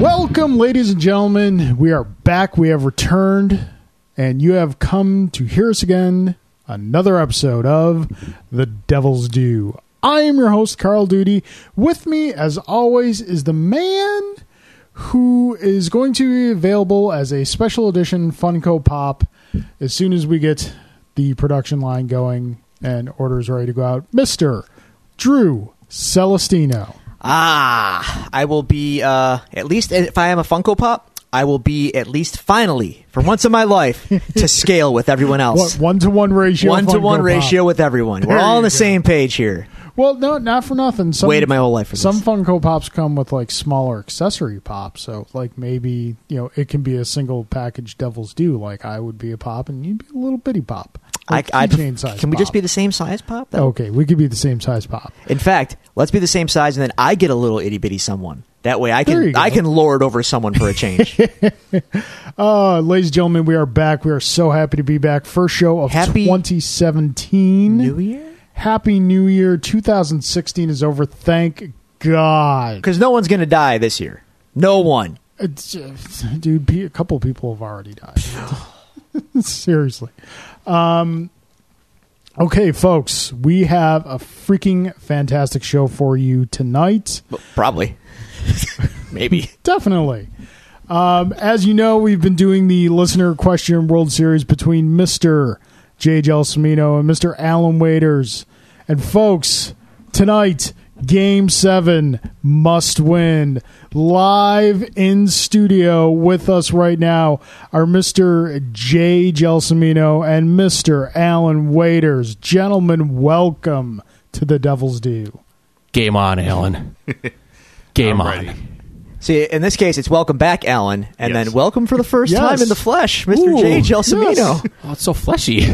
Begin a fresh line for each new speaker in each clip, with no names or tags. Welcome, ladies and gentlemen. We are back. We have returned, and you have come to hear us again. Another episode of The Devil's Due. I am your host, Carl Duty. With me, as always, is the man who is going to be available as a special edition Funko Pop as soon as we get the production line going and orders ready to go out. Mr. Drew Celestino.
Ah, I will be uh, at least if I am a Funko Pop, I will be at least finally for once in my life to scale with everyone
What
else.
one to one ratio?
One to one
Funko Pop.
ratio with everyone. We're
There
all on
you
the
go.
same page here.
Well, no, not for nothing. Some,
Waited my whole life for this.
some Funko Pops come with like smaller accessory pops, so like maybe you know it can be a single package Devil's Due. Like I would be a pop, and you'd be a little bitty pop. Like
I, I
Oh, keychain size.
can we just
pop. Oh.
be the same size, Pop? That-
okay? We could be the same size pop.
In fact, let's be the same size, and then I get a little itty bitty someone. That way, I
There you
can
go.
I can lord over someone for a change.
Uh, ladies and gentlemen, we are back. We are so happy to be back. First show of
Happy
2017.
New Year,
Happy New Year. 2016 is over. Thank God.
because no one's going to die this year. No one.
It's just, dude, pe- a couple people have already died. Seriously. Um, okay, folks, we have a freaking fantastic show for you tonight.
Well, Probably. Maybe.
Definitely. Um, as you know, we've been doing the listener question World Series between Mr. J. Gelsomino and Mr. Alan Waiters. And folks, tonight, Game 7 must win. Live in studio with us right now are Mr. J. Gelsomino and Mr. Alan Waiters. Gentlemen, welcome to the Devil's Due.
Game on, Alan. Game
I'm
on.
ready.
See, in this case, it's welcome back, Alan, and
Yes.
then welcome for the first
Yes.
time in the flesh, Mr.
Ooh,
J. Gelsomino.
Oh, it's so fleshy.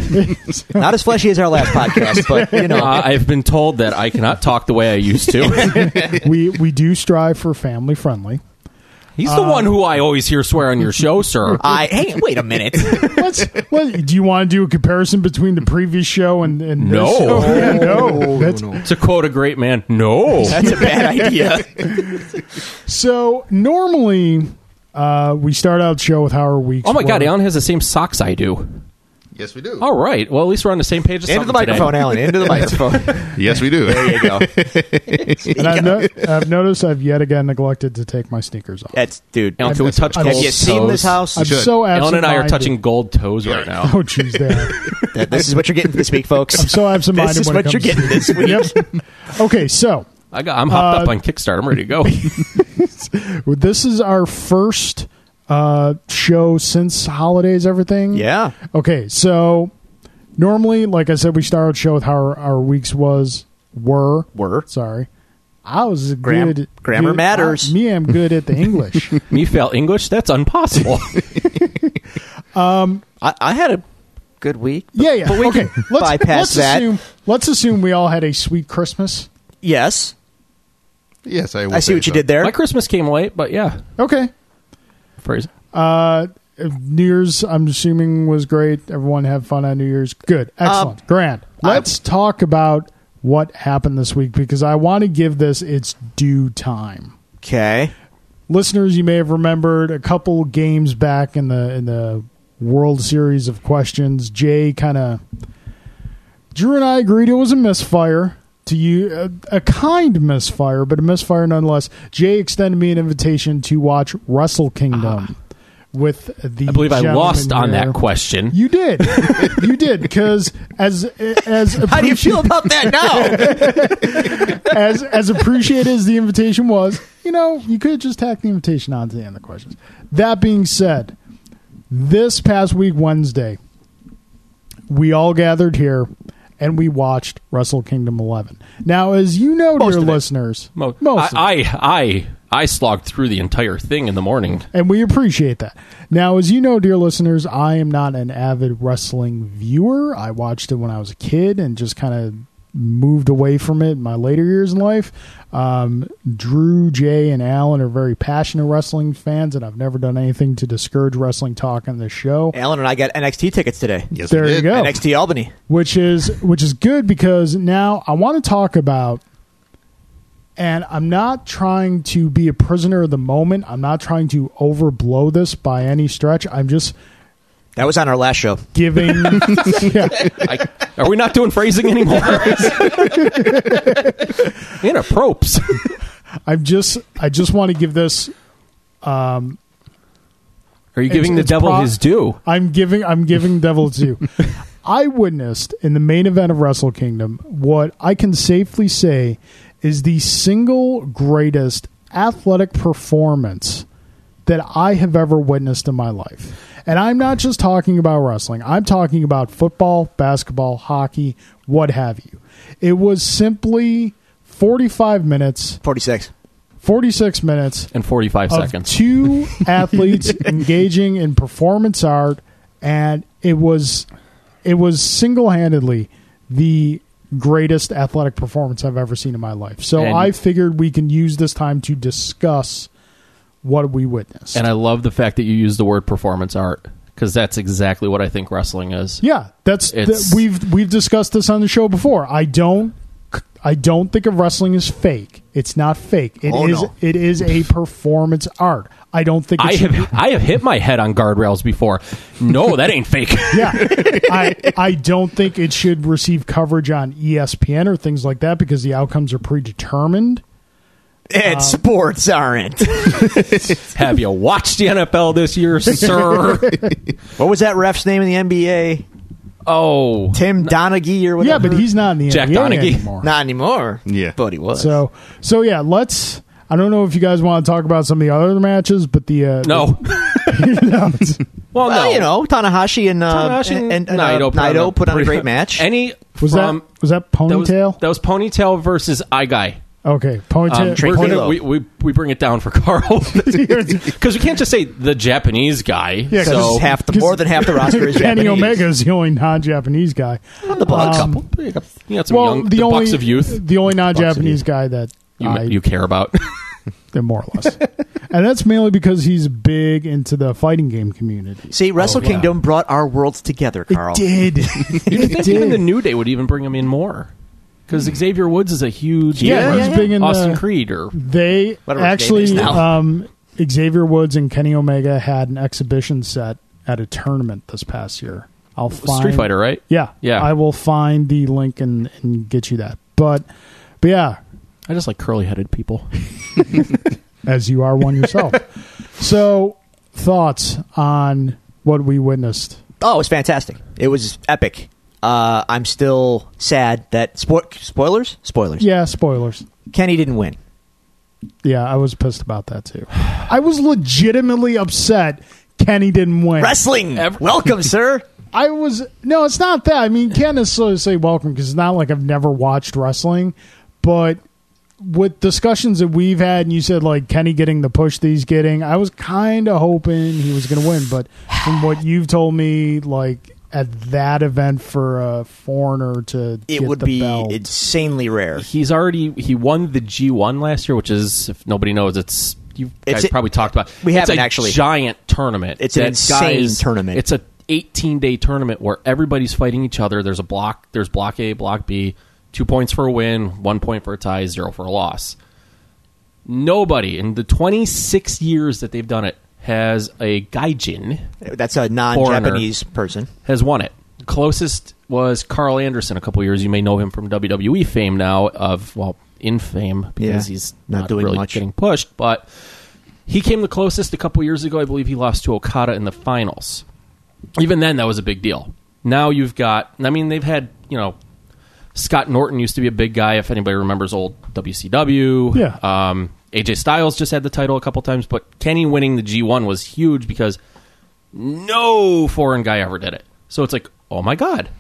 Not as fleshy as our last podcast, but you know,
Uh, I've been told that I cannot talk the way I used to.
we, we do strive for family friendly.
He's the one who I always hear swear on your show, sir.
I hey, wait a minute.
Let's, let, do you want to do a comparison between the previous show and, and this
No.
show? Yeah, no. That's-
to quote a great man, no.
That's a bad idea.
So normally uh, we start out the show with how our weeks.
Oh my God,
were.
Alan has the same socks I do.
Yes, we do.
All right. Well, at least we're on the same page. As
Into the microphone, Alan. Into the microphone.
Yes, we do.
There you go.
And I've, no- I've noticed I've yet again neglected to take my sneakers off.
That's dude.
Alan, can we touch
I've-
gold
Have you seen
toes?
this house?
I'm
should.
so absent.
Alan and I are touching gold toes right now.
Oh jeez, there.
Th- This is what you're getting this week, folks.
I'm so absent-minded.
This is
when it
what you're
comes
getting this
to-
week.
Yep. Okay, so
I got, I'm hopped up on Kickstarter. I'm ready to go.
this is our first uh, show since holidays. Everything.
Yeah.
Okay, so normally, like I said, we start our show with how our, our weeks was were
Were.
Sorry, I was a
Gram-
good.
grammar
good-
matters.
I- me, I'm good at the English.
Me fail English? That's impossible.
I, I had a good week.
yeah, yeah.
But we
okay,
can
let's,
bypass
let's
that.
Assume, let's assume we all had a sweet Christmas.
Yes,
Yes, I. Will
I see
say
what you
so.
did there.
My Christmas came late, but yeah.
Okay.
Phrase.
Uh, New Year's, I'm assuming, was great. Everyone had fun on New Year's. Good,
Um,
excellent, grand. Let's talk about what happened this week because I want to give this its due time.
Okay.
listeners, you may have remembered a couple games back in the in the World Series of questions. Jay kind of Drew and I agreed it was a misfire to you, a, a kind misfire, but a misfire nonetheless. Jay extended me an invitation to watch Wrestle Kingdom with the.
Ah. I believe I lost on that
question.
question.
You did, you did, because as as
How do you feel about that now?
as as appreciated as the invitation was, you know, you could just tack the invitation on to the end of the questions. That being said, this past week Wednesday, we all gathered here and we watched Wrestle Kingdom 11. Now, as you know,
Most
dear
of it.
listeners,
Mo-
most of it,
I, I I I slogged through the entire thing in the morning.
and we appreciate that. Now, as you know, dear listeners, I am not an avid wrestling viewer. I watched it when I was a kid and just kind of moved away from it in my later years in life. Um, Drew, Jay, and Alan are very passionate wrestling fans, and I've never done anything to discourage wrestling talk on this show.
Alan and I got NXT tickets today.
Yes,
There
we
you
did.
go.
NXT Albany.
which is which is good because now I want to talk about And I'm not trying to be a prisoner of the moment. I'm not trying to overblow this by any stretch. I'm just
That was on our last show.
giving. Yeah.
I, are we not doing phrasing anymore? In a propes.
I'm just. I just want to give this.
Are you giving
It's- it's
the devil
pro-
his due?
I'm giving. I'm giving devil its due. I witnessed in the main event of Wrestle Kingdom what I can safely say is the single greatest athletic performance that I have ever witnessed in my life. And I'm not just talking about wrestling. I'm talking about football, basketball, hockey, what have you. It was simply 45 minutes,
46.
46 minutes
And 45
of
seconds.
two athletes engaging in performance art, and it was it was single handedly the greatest athletic performance I've ever seen in my life. So
And-
I figured we can use this time to discuss what we witnessed.
And I love the fact that you use the word performance art because that's exactly what I think wrestling is.
yeah, that's th-
It's-
we've we've discussed this on the show before. I don't. I don't think of wrestling as fake. It's not fake. It is.
Oh, no.
It is a performance art. I don't think. It
I
should be
have I have hit my head on guardrails before. No, that ain't fake.
Yeah, I I don't think it should receive coverage on E ESPN or things like that because the outcomes are predetermined.
And sports aren't.
Have you watched the NFL this year, sir?
what was that ref's name in the NBA?
oh,
Tim Donaghy or
Yeah,
whatever.
but he's not in the
Jack
NBA
Donaghy.
anymore.
Not anymore.
Yeah.
But he was.
So so yeah, let's. I don't know if you guys want to talk about some of the other matches, but the uh,
no. well,
well,
no.
you know, Tanahashi and, uh,
Tanahashi
and, and, and, uh,
Um, Naito,
Naito put on a
pretty-
great match.
Any
was
from,
that was that
that was,
ponytail?
that was ponytail versus I guy.
okay, ponytail.
Drake
we're gonna-
Halo.
we, we we bring it down for Carl because we can't just say the Japanese guy.
Yeah, 'cause
so
Because half the, more than half the roster is
Kenny
Japanese.
Omega is the only non-Japanese guy.
The Bucks.
Um,
you got some
well,
young,
the,
the,
only
bucks of youth
the only non-Japanese guy that
you,
I
you care about.
Yeah, more or less. and that's mainly because he's big into the fighting game community.
See, Wrestle Kingdom brought our worlds together, Carl.
did.
You'd think even the New Day would even bring him in more because Xavier Woods is a huge
Yeah,
name.
he's big in
Austin
the-
Creed or
They
Whatever his name is
actually,
now.
um, Xavier Woods and Kenny Omega had an exhibition set at a tournament this past year. I'll find
Street Fighter, right?
Yeah,
Yeah.
I will find the link and, and get you that. But, but yeah,
I just like curly headed people.
as you are one yourself. so, thoughts on what we witnessed?
Oh, it was fantastic. It was epic. Uh, I'm still sad that spo- spoilers, spoilers.
Yeah, spoilers.
Kenny didn't win.
Yeah, I was pissed about that too. I was legitimately upset. Kenny didn't win.
Wrestling, welcome, sir.
I was no, it's not that. I mean, can't necessarily say welcome because it's not like I've never watched wrestling, but with discussions that we've had, and you said like Kenny getting the push that he's getting, I was kind of hoping he was going to win. But from what you've told me, like at that event for a foreigner to
It
get
would
the
be
belt,
insanely rare.
He's already he won the G1 last year, which is if nobody knows, it's you
It's
guys
a-
probably talked about.
we
It's
haven't
a
actually.
giant tournament.
It's an
That
insane
guys-
tournament.
It's a 18 day tournament where everybody's fighting each other. There's a block. There's block A, block B. Two points for a win, one point for a tie, zero for a loss. Nobody in the 26 years that they've done it has a gaijin
That's a non-Japanese person.
has won it. Closest was Carl Anderson a couple years. You may know him from WWE fame now of well in fame because
Yeah,
he's
not
not,
doing
really
much.
getting pushed, but he came the closest a couple years ago. I believe he lost to Okada in the finals. Even then, that was a big deal. Now you've got. I mean, they've had you know. Scott Norton used to be a big guy. If anybody remembers old WCW,
Yeah.
Um, AJ Styles just had the title a couple times, but Kenny winning the G1 was huge because no foreign guy ever did it. So it's like, oh my god,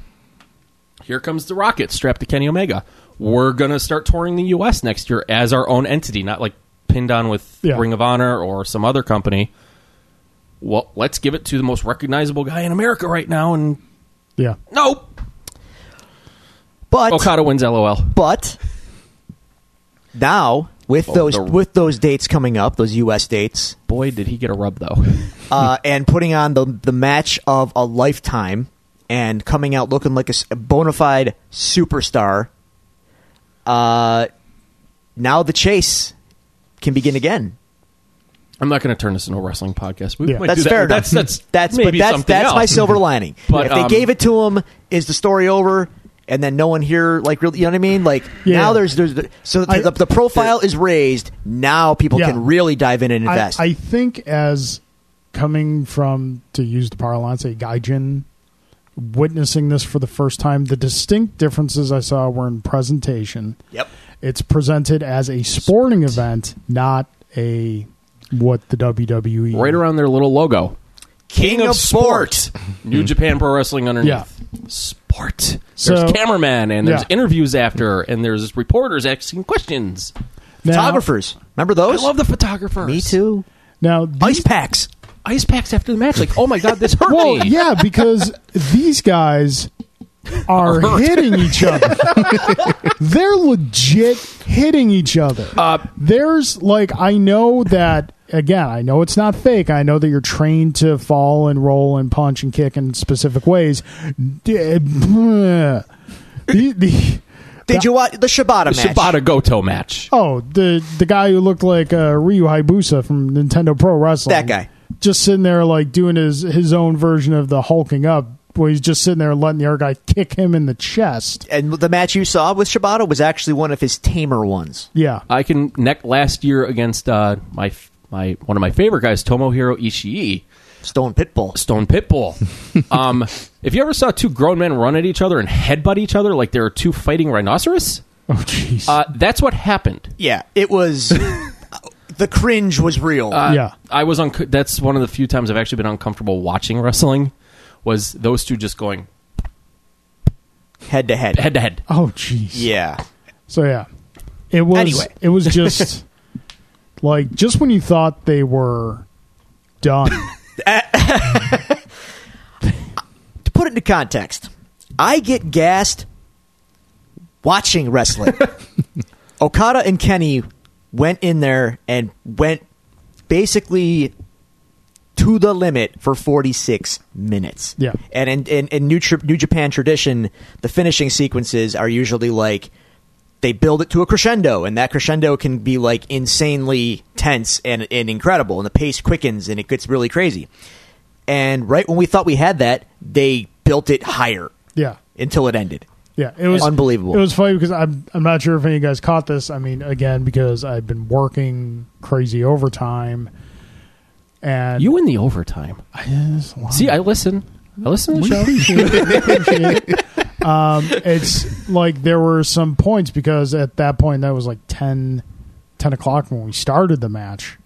here comes the rocket strapped to Kenny Omega. We're gonna start touring the U.S. next year as our own entity, not like pinned on with
Yeah.
Ring of Honor or some other company. Well, let's give it to the most recognizable guy in America right now, and
yeah,
nope,
But
Okada wins. LOL.
but now with
Oh,
those
the-
with those dates coming up, those U.S. dates,
Boy, did he get a rub though.
uh, and putting on the the match of a lifetime and coming out looking like a, s- a bona fide superstar. Uh, now the chase can begin again.
I'm not going to turn this into a wrestling podcast. We
Yeah.
might
That's
do that.
fair enough.
That's that's
that's
maybe
but that's
something
that's
else.
my silver lining.
But,
if they
um,
gave it to him, is the story over? And then no one here, like really, you know what I mean? Like
Yeah.
now there's there's so the,
I-
the, the profile is raised. Now people
Yeah.
can really dive in and
I,
invest.
I think as coming from to use the parlance a gaijin witnessing this for the first time the distinct differences i saw were in presentation
yep.
it's presented as a sporting event not a what the E wwe
right around their little logo.
King, of, sport. Hmm.
New Japan Pro Wrestling underneath.
Yeah.
Sport.
So-
there's cameramen and there's
Yeah.
interviews after and there's reporters asking questions.
now,
Photographers, remember those?
I love the photographers.
Me too.
now these-
Ice packs.
Ice packs after the match, like, oh my god, this hurt
well
me.
yeah because these guys are hitting each other they're legit hitting each other
Uh,
there's like I know that again, I know it's not fake. I know that you're trained to fall and roll and punch and kick in specific ways. D- The, the,
Did you watch the Shibata
the
match?
Shibata Goto match.
oh, the the guy who looked like uh, Ryu Hayabusa from Nintendo Pro Wrestling.
That guy.
Just sitting there like doing his his own version of the hulking up where he's just sitting there letting the other guy kick him in the chest.
And the match you saw with Shibata was actually one of his tamer ones.
Yeah.
I can neck last year against uh, my my one of my favorite guys, Tomohiro Ishii.
Stone Pitbull.
Stone Pitbull. um, if you ever saw two grown men run at each other and headbutt each other like they were two fighting rhinoceros,
Oh jeez.
uh, that's what happened.
Yeah, it was. the cringe was real.
yeah.
I was on. That's one of the few times I've actually been uncomfortable watching wrestling. Was those two just going
head to head.
head to head?
Oh jeez.
Yeah.
So yeah, it was.
Anyway.
it was just like just when you thought they were done.
To put it into context, I get gassed watching wrestling. Okada and Kenny went in there and went basically to the limit for 46 minutes.
Yeah.
And in, in, in New, Tri- New Japan tradition, the finishing sequences are usually like they build it to a crescendo, and that crescendo can be like insanely tense and, and incredible, and the pace quickens and it gets really crazy. And right when we thought we had that, they built it higher
yeah,
until it ended.
yeah, it was
Unbelievable.
It was funny because I'm I'm not sure if any of you guys caught this. I mean, again, because I've been working crazy overtime, and
You in the overtime.
Yes, wow.
See, I listen. I listen to the show.
um, it's like there were some points because at that point that was like 10, 10 o'clock when we started the match.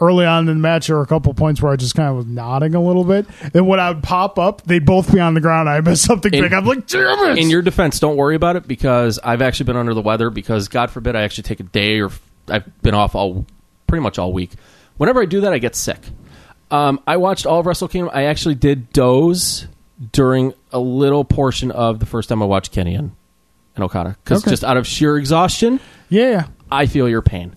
Early on in the match, there were a couple points where I just kind of was nodding a little bit. Then when I would pop up, they'd both be on the ground. I missed something
In-
big. I'm like, damn it!
In your defense, don't worry about it because I've actually been under the weather because God forbid I actually take a day or I've been off all pretty much all week. Whenever I do that, I get sick. Um, I watched all of Wrestle Kingdom. I actually did doze during a little portion of the first time I watched Kenny and, and Okada because
Okay.
just out of sheer exhaustion,
yeah,
I feel your pain.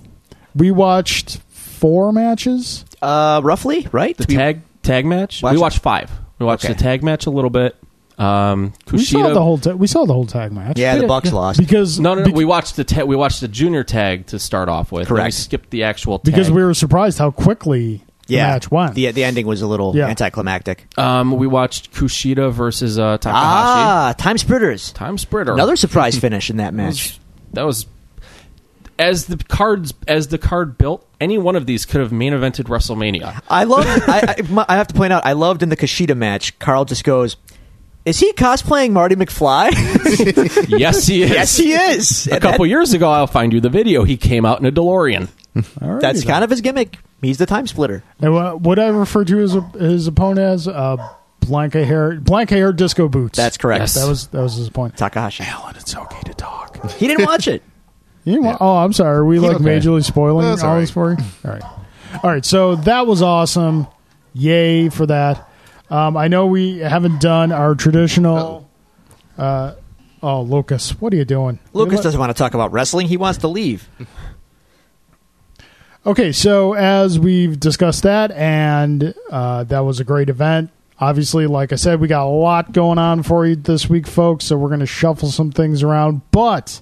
we watched four matches.
Uh, roughly, right?
The tag tag match.
Watch-
we watched five. We watched
Okay.
the tag match a little bit. Um, Kushida.
We saw the whole. Ta- we saw the whole tag match.
yeah, the Bucks lost.
because
No, no, no.
be-
we watched the ta- we watched the junior tag to start off with. and We
Correct.
skipped the actual tag.
because we were surprised how quickly the
yeah,
match went.
The, uh, the ending was a little
Yeah.
anticlimactic.
um, we watched Kushida versus uh, Takahashi.
Ah, Time Splitters.
Time spreader.
Another surprise finish in that match.
that was as the cards as the card built. Any one of these could have main evented WrestleMania.
I love. I, I, my- I have to point out. I loved in the Kushida match. Carl just goes, "Is he cosplaying Marty McFly?"
yes, he is.
yes, he is.
A couple years ago, I'll find you the video. He came out in a DeLorean.
Alrighty
That's
then.
kind of his gimmick. He's the time splitter.
And what, what I refer to as his opponent as uh, blanca hair, blanca hair disco boots.
That's correct.
Yes.
That was that was his point.
Takahashi.
Alan, it's okay to talk.
He didn't watch it.
You know what? Oh, I'm sorry. Are we like
okay.
majorly spoiling
That's
all
all
this for you? All right, all right. So that was awesome. Yay for that. Um, I know we haven't done our traditional. Uh, oh, Lucas, what are you doing?
Lucas
What-
doesn't want to talk about wrestling. He wants to leave.
Okay, so as we've discussed that, and uh, that was a great event. Obviously, like I said, we got a lot going on for you this week, folks, so we're going to shuffle some things around. But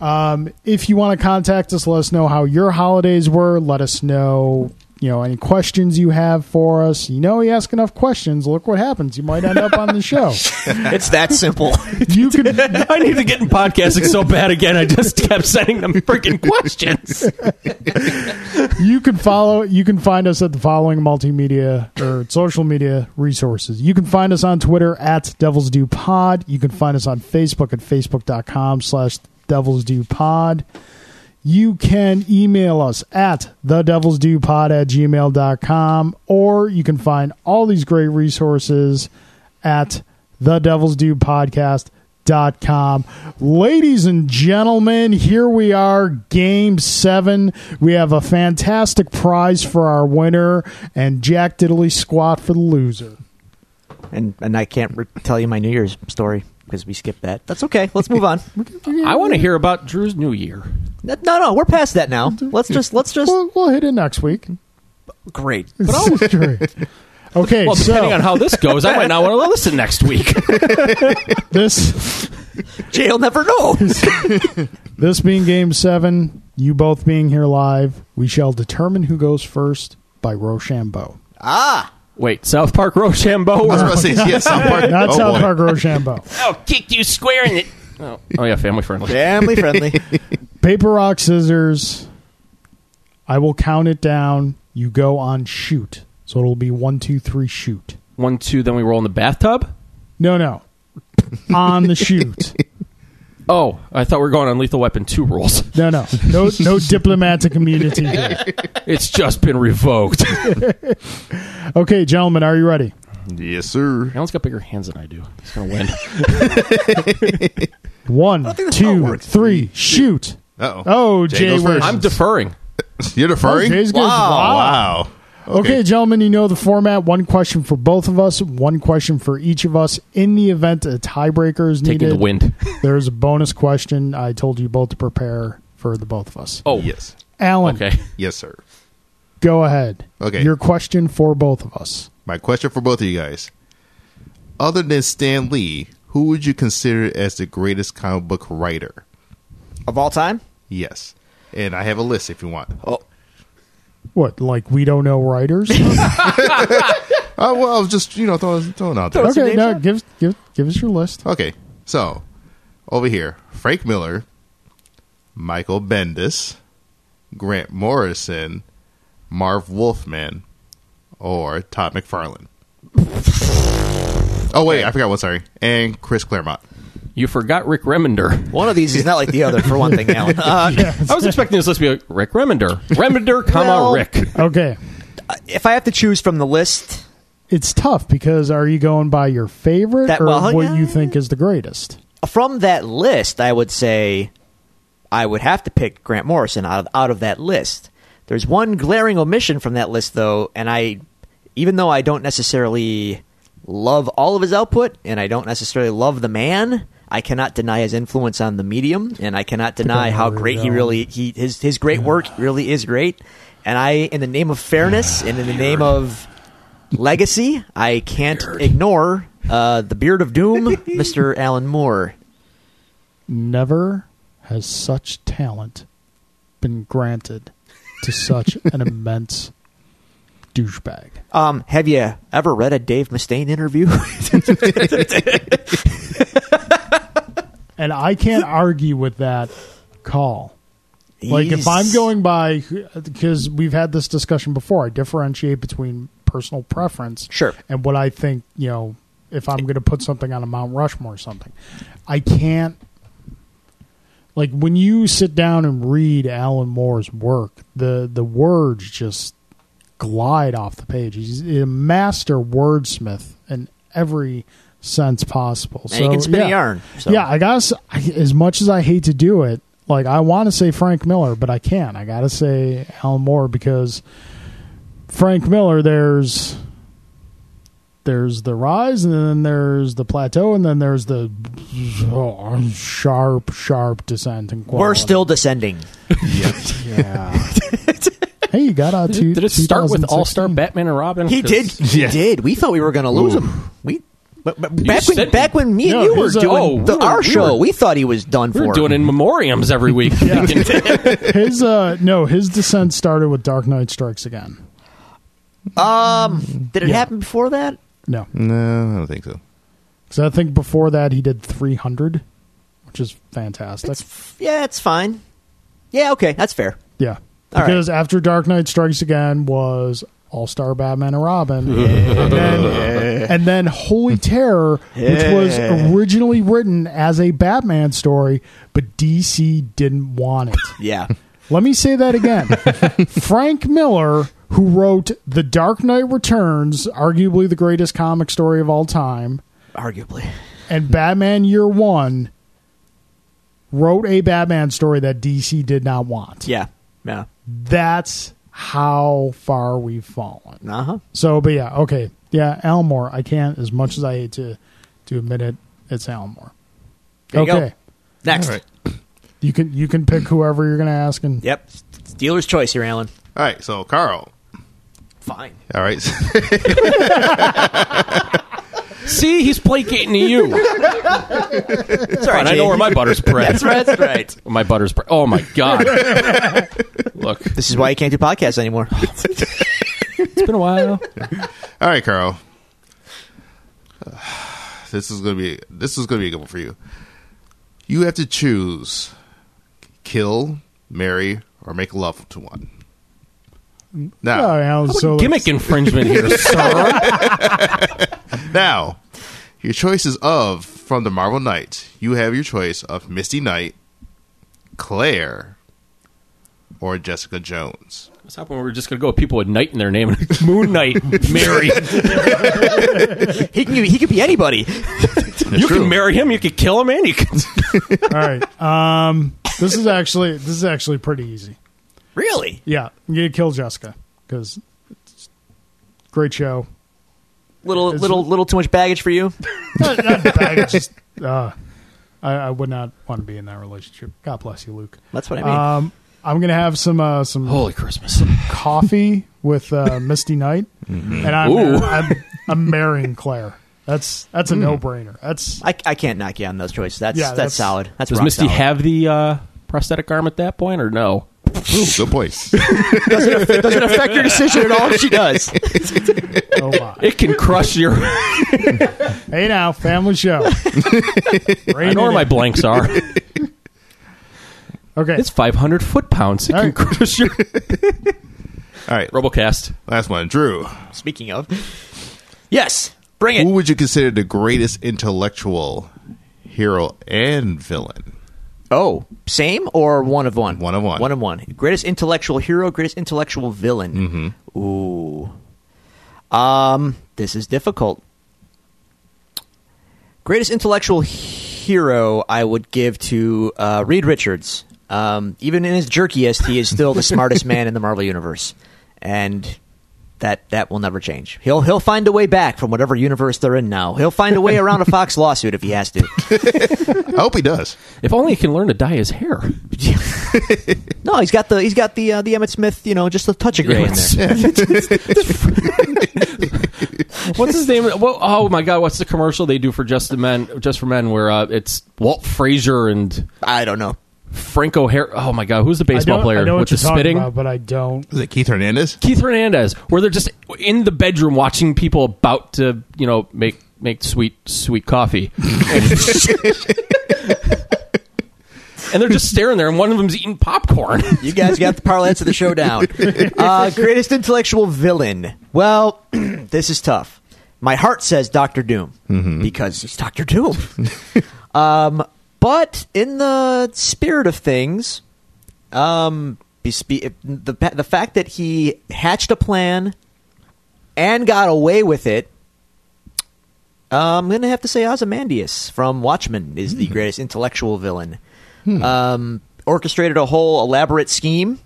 Um, if you want to contact us, let us know how your holidays were. Let us know, you know, any questions you have for us. You know, you ask enough questions, look what happens. You might end up on the show.
It's that simple.
You can
I need to get in podcasting so bad again. I just kept sending them freaking questions.
you can follow you can find us at the following multimedia or social media resources you can find us on twitter at devils do pod you can find us on facebook at facebook.com slash devils do pod you can email us at the devils do pod at gmail.com or you can find all these great resources at the devils do podcast Dot com. Ladies and gentlemen, here we are, game seven. We have a fantastic prize for our winner and Jack Diddley squat for the loser.
and and I can't re- tell you my New Year's story because we skipped that. That's okay. Let's move on.
I want to hear about Drew's New Year.
No, no, we're past that now. Let's just let's just
We'll, we'll hit it next week.
great.
Great. Okay,
Well, depending
so
on how this goes, I might not want to listen next week.
this
Jay'll never know.
this being game seven, you both being here live, we shall determine who goes first by Rochambeau.
ah,
Wait, South Park Rochambeau?
I was about
Or-
to say, yes, South Park.
Not
oh,
South
boy.
Park Rochambeau.
I'll kick Oh, you square in it. Oh, oh yeah, family friendly.
family friendly.
Paper, rock, scissors. I will count it down. You go on shoot. So it'll be one, two, three, shoot.
One, two, then we roll in the bathtub.
No, no. on the shoot.
Oh, I thought we were going on Lethal Weapon two rules.
No, no. No, no diplomatic immunity here.
It's just been revoked.
Okay, gentlemen, are you ready?
Yes, sir.
Alan's got bigger hands than I do. He's gonna win.
One,
that's how it
two,
works.
three, shoot.
Uh-oh.
Oh, Jay,
goes
wins.
first.
I'm deferring.
You're deferring?
Oh, Jay's good. Wow.
wow.
Okay, gentlemen, you know the format. One question for both of us, one question for each of us. In the event a tiebreaker is
Taking
needed,
the wind.
there's a bonus question. I told you both to prepare for the both of us.
Oh,
Yes.
Alan,
okay.
Yes, sir.
go ahead.
Okay.
Your question for both of us.
My question for both of you guys. Other than Stan Lee, who would you consider as the greatest comic book writer?
Of all time,
Yes. And I have a list if you want. Oh,
What, like we don't know writers?
Uh, well, I was just, you know, throwing, throwing out there.
okay,
names
no,
up?
give, give, give us your list.
Okay, so over here, Frank Miller, Michael Bendis, Grant Morrison, Marv Wolfman, or Todd McFarlane. Oh wait, I forgot one. Sorry, and Chris Claremont.
You forgot Rick Remender.
one of these is not like the other. For one thing, Alan. Uh,
I was expecting this list to be like Rick Remender. Remender, comma
Well-
Rick.
Okay.
If I have to choose from the list,
It's tough because are you going by your favorite
That-
or
well,
what
yeah.
you think is the greatest?
from that list, I would say I would have to pick Grant Morrison out of out of that list. There's one glaring omission from that list, though, and I, even though I don't necessarily love all of his output, and I don't necessarily love the man, I cannot deny his influence on the medium, and I cannot deny how
where
great
you're
he
going.
really he his his great work really is great. And I, in the name of fairness, and in the name of legacy, I can't ignore uh, the beard of doom, Mr. Alan Moore.
Never has such talent been granted to such an immense douchebag.
Um, have you ever read a Dave Mustaine interview?
And I can't argue with that call. Like if
He's-
I'm going by because we've had this discussion before, I differentiate between personal preference
Sure.
and what I think, you know, if I'm going to put something on a Mount Rushmore or something. I can't like when you sit down and read Alan Moore's work, the the words just glide off the page. He's a master wordsmith in every sense possible.
And he can spin a yarn, so.
Yeah, I guess I, as much as I hate to do it, like I want to say Frank Miller, but I can't. I gotta say Alan Moore because Frank Miller, there's there's the rise, and then there's the plateau, and then there's the sharp, sharp descent in quality.
we're still descending.
yeah. hey, you got out to
Did it start with All Star Batman and Robin?
He
'Cause
did. He
Yeah.
did. We thought we were going to lose him. We But, but back when,
said-
back when me and
No,
you were
his, uh,
doing
oh, we
the,
were-
our
we
show,
were-
we thought he was done
We
for.
were doing in memoriams every week.
His uh no, his descent started with Dark Knight Strikes Again.
um, did it happen before that?
No,
No, I don't think so.
so I think before that he did 300, which is fantastic.
It's f- yeah, it's fine. Yeah, okay, that's fair.
yeah,
All right.
because after Dark Knight Strikes Again was All Star Batman and Robin, and, then, and then Holy Terror, which was originally written as a Batman story, but DC didn't want it.
Yeah,
Let me say that again. Frank Miller, who wrote The Dark Knight Returns, arguably the greatest comic story of all time,
arguably. Hmm.
and Batman Year One, wrote a Batman story that DC did not want.
Yeah, yeah.
That's how far we've fallen.
Uh huh.
So, but yeah, okay. Yeah, Elmore. I can't, as much as I hate to, to admit it, it's Elmore.
There you go.
okay.
Next.
All right.
You can you can pick whoever you're going to ask and
Yep. It's dealer's choice here, Alan.
All right. So Carl.
Fine.
All right.
See, he's placating to you.
That's all right.
And I know
Jay.
where my butter's spread.
That's right. That's right.
My butter's spread. Oh my god. Look,
This is why you can't do podcasts anymore.
it's been a while.
All right, Carl. This is gonna be this is gonna be a good one for you. You have to choose: kill, marry, or make love to one. Now,
Oh, Alan Solik's-
Gimmick infringement here, sir.
now, your choices of from the Marvel Knight. You have your choice of Misty Knight, Claire, or Jessica Jones.
I was hoping we were just going to go with people with Knight in their name. Moon Knight, Mary.
he can. He could be anybody.
you
true.
can marry him, you could kill him, and you can.
All right. Um, this is actually this is actually pretty easy.
really?
Yeah, you kill Jessica because great show.
Little,
It's-
little, little too much baggage for you.
Not, not bad, it's just, uh, I, I would not want to be in that relationship. God bless you, Luke.
That's what I mean.
Um, I'm gonna have some uh, some
Holy Christmas.
coffee with uh, Misty Knight, and I'm,
Mm-hmm. Ooh. Hmm.
I'm I'm marrying Claire. That's that's a no brainer. That's
I, I can't knock you on those choices. That's
Yeah,
that's,
that's-
solid. That's
Does
rock
Misty
solid.
have the uh, prosthetic arm at that point, or no?
Good place.
Does it affect your decision at all? She does.
oh my.
It can crush your.
Hey now, family show.
I
Rein
know where
it
my
in.
blanks are.
okay.
It's 500 foot pounds. It
All
can
right.
crush your.
All right,
Robocast.
last one, Drew.
Speaking of, yes, bring
Who
it.
would you consider the greatest intellectual hero and villain?
Oh, same or one of one?
One of one.
One of one. Greatest intellectual hero, greatest intellectual villain. Mm-hmm. Ooh. Um, this is difficult. Greatest intellectual hero, I would give to uh, Reed Richards. Um, even in his jerkiest, he is still the smartest man in the Marvel universe, and that that will never change. He'll he'll find a way back from whatever universe they're in now. He'll find a way around a Fox lawsuit if he has to.
I hope he does.
If only he can learn to dye his hair.
No, he's got the he's got the uh, the Emmett Smith, you know, just a touch of gray in there.
What's his name? Well, oh my God! What's the commercial they do for Just the Men, Just for Men, where uh, it's Walt Frazier and
I don't know.
Frank O'Hara? Oh my God! Who's the
I
baseball
don't- I
player
know
with
what
the
you're talking
spitting?
about, but I don't.
Is it Keith Hernandez?
Keith Hernandez, where they're just in the bedroom watching people about to, you know, make make sweet sweet coffee. and they're just staring there, and one of them's eating popcorn.
You guys got the parlance of the show down. Uh, greatest intellectual villain. Well, this is tough. My heart says Doctor Doom because he's Doctor Doom. um, but in the spirit of things, um, bespe- the the fact that he hatched a plan and got away with it. Uh, I'm gonna have to say Ozymandias from Watchmen is the greatest intellectual villain.
Hmm.
Um, orchestrated a whole elaborate scheme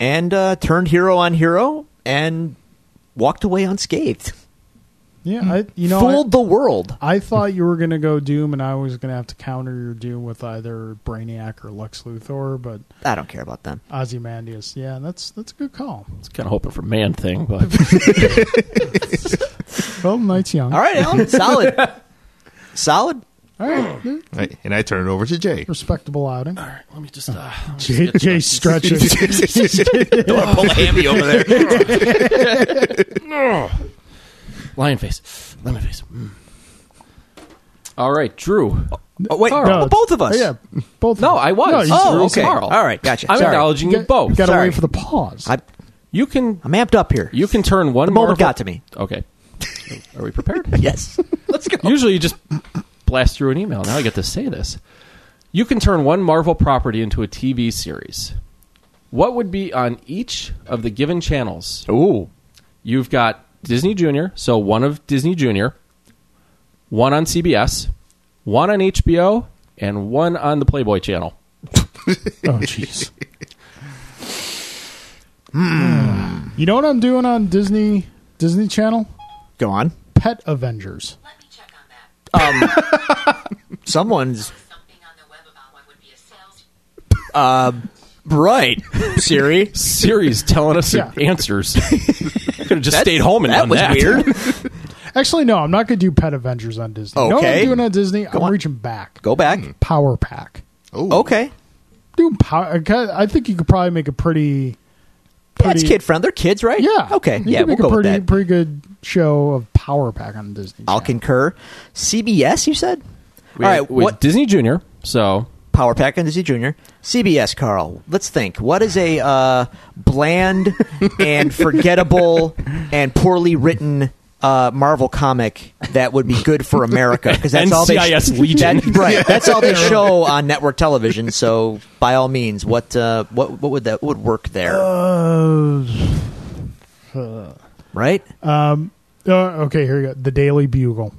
and uh, turned hero on hero and walked away unscathed.
Yeah, I, you know, I-
Fooled the world.
I thought you were going to go Doom, and I was going to have to counter your Doom with either Brainiac or Lex Luthor, but
I don't care about them.
Ozymandias. Yeah, that's that's a good call.
I was kind of hoping for man thing, but
Well, Knight's young.
All right, Alan, solid. Solid.
All right.
Right, and I turn it over to Jay.
Respectable outing.
All right, let me just. Uh, let me just
Jay,
get
Jay
the-
stretches.
pull a hammy over there. Lion face. Lemon face. Mm. All right, Drew.
Oh, wait,
Carl.
well, both of us.
Yeah, both.
No, I was.
No, you-
Oh,
Drew
okay.
Carl.
All right, gotcha.
I'm
Sorry.
acknowledging you,
got-
both.
Got to
Sorry.
wait for the pause.
I,
you can
I'm amped up here.
you can turn one.
The moment
Marvel-
got to me.
Okay. Are we prepared?
Yes. Let's go.
Usually you just blast through an email. Now I get to say this. You can turn one Marvel property into a TV series. What would be on each of the given channels?
Ooh.
You've got Disney Junior, so one of Disney Junior, one on CBS, one on HBO, and one on the Playboy channel.
oh, jeez. You know what I'm doing on Disney Disney Channel?
Go on.
Pet Avengers.
Let me check on that.
Someone's
Something on the web about what would be a sales
right. Siri.
Series telling us
Yeah.
answers. Could have just stayed home and
that
done
was
that.
weird.
Actually, no, I'm not going to do Pet Avengers on Disney. No,
Okay.
I'm doing on Disney. I'm
on.
reaching back.
Go back.
Power Pack.
Oh,
Okay.
Do power. I think you could probably make a pretty.
Yeah, it's
pretty-
kid friend. They're kids, right?
Yeah.
Okay.
You
yeah,
could
we'll
make
go
a pretty
with that.
pretty good show of Power Pack on Disney.
I'll
Channel.
concur. CBS, you said.
We-
All right.
with
What
Disney Junior? So
Power Pack and Disney Junior, CBS, Carl. Let's think. What is a uh, bland and forgettable and poorly written uh, Marvel comic that would be good for America? Because that's all they
NCIS Legion.
that- right. That's all they show on network television. So by all means, what uh, what what would that would work there?
Uh,
right.
Uh, okay, here you go. The Daily Bugle.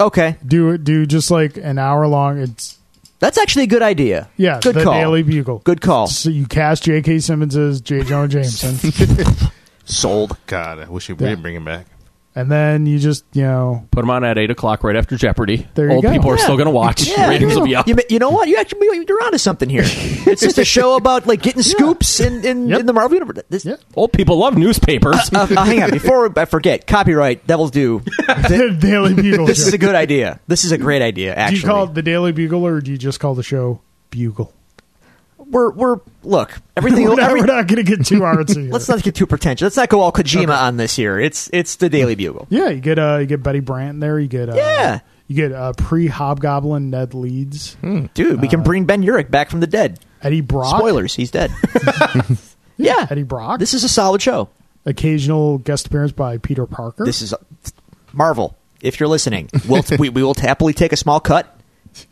Okay,
Do it. Do just like an hour long. It's
that's actually a good idea.
yeah.
Good
the
call.
Daily Bugle.
Good call.
So you cast J.K. Simmons as J. Jonah Jameson,
Sold.
God, I wish we
Yeah.
didn't bring him back.
and then you just you know
put them on at eight o'clock right after Jeopardy.
There you
Old
go.
people are
Yeah.
still going to watch.
Yeah,
Ratings will be up.
You, ma- you know what? You actually you're onto something here. It's just a show about like getting scoops in in,
Yep.
in the Marvel universe. This,
Yep.
Old people love newspapers.
uh, uh, hang on, before I forget, copyright Devils do.
the Daily Bugle.
This is
show.
a good idea. This is a great idea.
do
Actually,
you call it the Daily Bugle or do you just call the show Bugle?
we're we're look everything.
We're not,
every-
we're not going to get too artsy. here.
let's not get too pretentious. Let's not go all Kojima on this here. It's it's the Daily Bugle.
Yeah, you get uh, you get Betty Brant in there. You get uh,
Yeah. Hmm.
You get uh, pre Hobgoblin Ned Leeds,
Dude, we can bring Ben Urich back from the dead.
Eddie Brock.
Spoilers, he's dead. yeah,
Eddie Brock.
This is a solid show.
Occasional guest appearance by Peter Parker.
This is Marvel. If you're listening, we'll, we, we will happily take a small cut,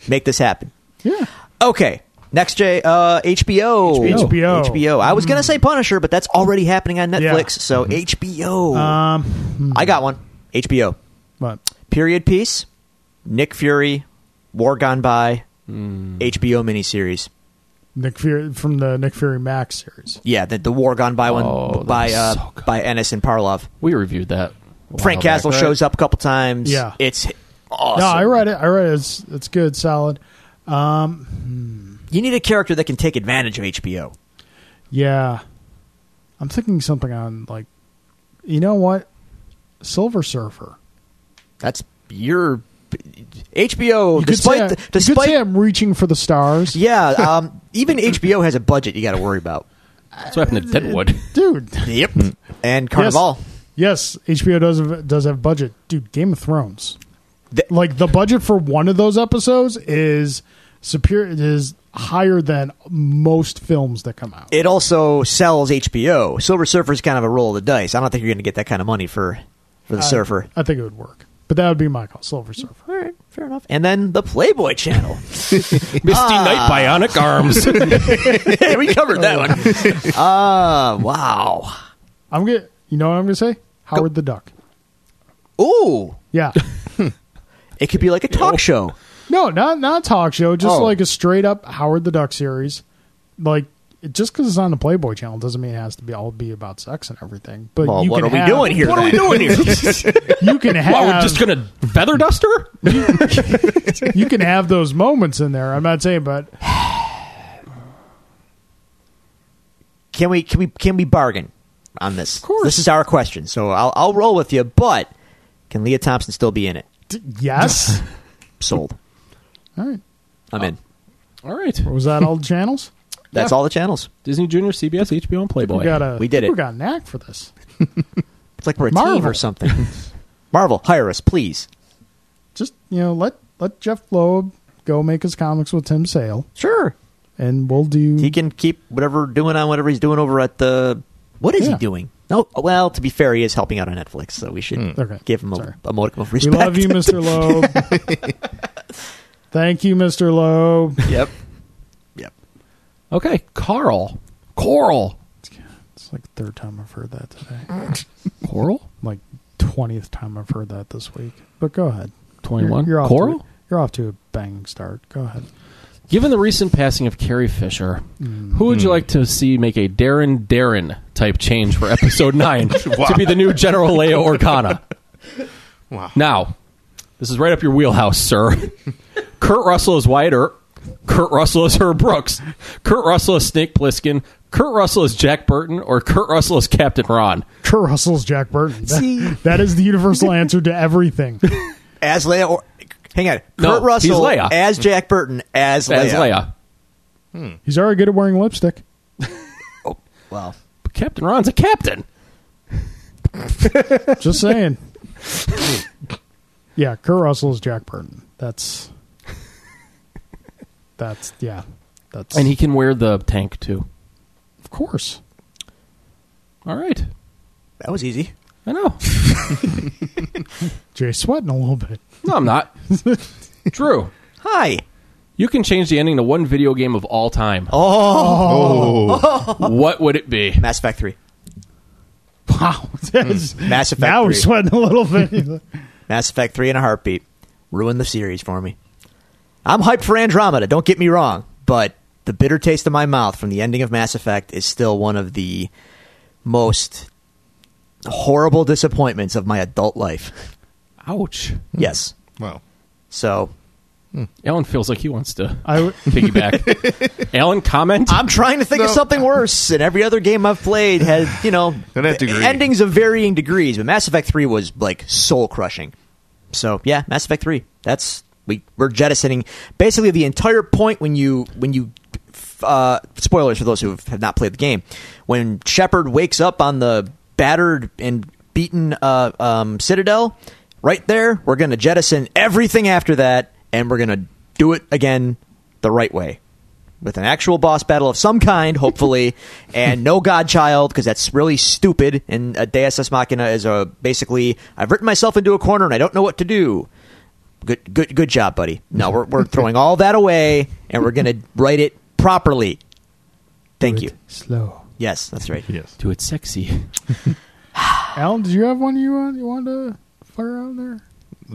make this happen.
yeah,
Okay. Next, Jay, uh, HBO.
HBO.
HBO. I was going to say Punisher, but that's already happening on Netflix.
Yeah. Mm-hmm.
So HBO.
um,
I got one. HBO.
but
Period piece. Nick Fury. War Gone By.
Hmm.
HBO miniseries.
Nick Fury from the Nick Fury Max series.
Yeah, the, the War Gone By one
Oh, that
by
was
uh,
so good.
by Ennis and Parlov.
we reviewed that. a
Frank
while back,
Castle
right?
shows up a couple times.
Yeah.
it's awesome.
No, I read it. I read it. It's it's good, solid.
You need a character that can take advantage of HBO.
Yeah, I'm thinking something on like, you know what, Silver Surfer.
That's your HBO.
You could say I-
despite the,
you could say
despite
I'm reaching for the stars,
yeah, um, even HBO has a budget you got to worry about.
That's what happened to Deadwood.
dude.
Yep. And Carnival.
Yes, HBO does have, does have budget, dude. Game of Thrones,
The-
like the budget for one of those episodes is superior is higher than most films that come out.
It also sells HBO. Silver Surfer's kind of a roll of the dice. I don't think you're going to get that kind of money for for the
Uh,
Surfer.
I think it would work, but that would be my call, Silver Surfer.
All right, fair enough. And then the Playboy Channel.
Misty
Ah.
Night Bionic Arms.
we covered that one. Uh, wow.
I'm gonna, you know what I'm gonna say? Howard the Duck.
Ooh,
Yeah,
it could be like a talk show.
no, not not a talk show, just
Oh.
like a straight up Howard the Duck series. Like it, just because it's on the Playboy Channel doesn't mean it has to be all be about sex and everything. But
Well,
you
what are
can
we
have-
doing here?
what are we
then?
doing here?
You can have
Wow, we're just going to feather duster?
you can have those moments in there. I'm not saying, but
Can we can we can we bargain on this? Of
course.
This is our question. So I'll I'll roll with you, but can Leah Thompson still be in it?
D- yes.
Sold.
all right.
I'm
Uh,
in.
All right.
Was that all the channels?
That's all the channels.
Disney Junior, CBS, HBO, and Playboy.
We got a.
We did
We
it.
got a knack for this.
It's like we're a team
Marvel.
or something. Marvel, hire us, please.
Just you know, let let Jeff Loeb go make his comics with Tim Sale,
Sure.
and we'll do.
He can keep whatever doing on whatever he's doing over at the. What is he
Yeah.
doing? No, well, to be fair, he is helping out on Netflix, so we should
Okay.
give him
Hmm. Sorry.
a, a modicum of
we
respect.
love you, Mr. Loeb. Thank you, Mr. Loeb.
yep. Yep.
Okay, Carl. Coral.
It's like the third time I've heard that today.
Coral?
Like twentieth time I've heard that this week. But go ahead.
21.
You're, you're off
Coral?
To, you're off to a bang start. Go ahead.
Given the recent passing of Carrie Fisher, who would you like to see make a Darren Darren type change for episode 9 to be the new General Leia Organa?
Wow.
Now, this is right up your wheelhouse, sir. Kurt Russell is Wyatt Earp. Kurt Russell is Herb Brooks. Kurt Russell is Snake Plissken. Kurt Russell is Jack Burton. Or Kurt Russell is Captain Ron.
Kurt Russell's Jack Burton. That-
See?
that is the universal answer to everything.
As Leia, or, hang on,
No,
Kurt Russell
he's Leia.
as Jack Burton as Leia.
As Leia.
He's already good at wearing lipstick.
Wow.
But Captain Ron's a captain.
Just saying. yeah, Kurt Russell's Jack Burton. That's that's yeah. That's
And he can wear the tank, too.
of course.
All right.
That was easy.
I know.
Jay sweating a little bit.
No, I'm not. Drew,
Hi.
you can change the ending to one video game of all time.
Oh,
Oh,
What would it be?
Mass Effect 3.
Wow.
Hmm.
That's-
Mass Effect
now
3.
he's sweating a little bit.
Mass Effect 3 in a heartbeat. Ruined the series for me. I'm hyped for Andromeda, don't get me wrong, but the bitter taste in my mouth from the ending of Mass Effect is still one of the most horrible disappointments of my adult life.
Ouch.
Yes.
well,
So,
Alan feels like he wants to
I w-
piggyback. Alan, comment.
I'm trying to think of
No.
something worse, and every other game I've played had, you know, e-,
To that degree.
endings of varying degrees, but Mass Effect 3 was like soul crushing. So, yeah, Mass Effect 3. That's we we're jettisoning basically the entire point when you when you uh, spoilers for those who have not played the game. When Shepard wakes up on the battered and beaten uh, um, Citadel, right there, we're going to jettison everything after that, and we're going to do it again the right way with an actual boss battle of some kind, hopefully, and no Godchild because that's really stupid. And a Deus Ex Machina is a basically I've written myself into a corner and I don't know what to do. Good, good, good job, buddy. No, we're we're throwing all that away and we're gonna write it properly. Thank you.
Slow.
Yes, that's right.
yes.
Do it sexy.
Alan, did you have one you want you want to fire out there?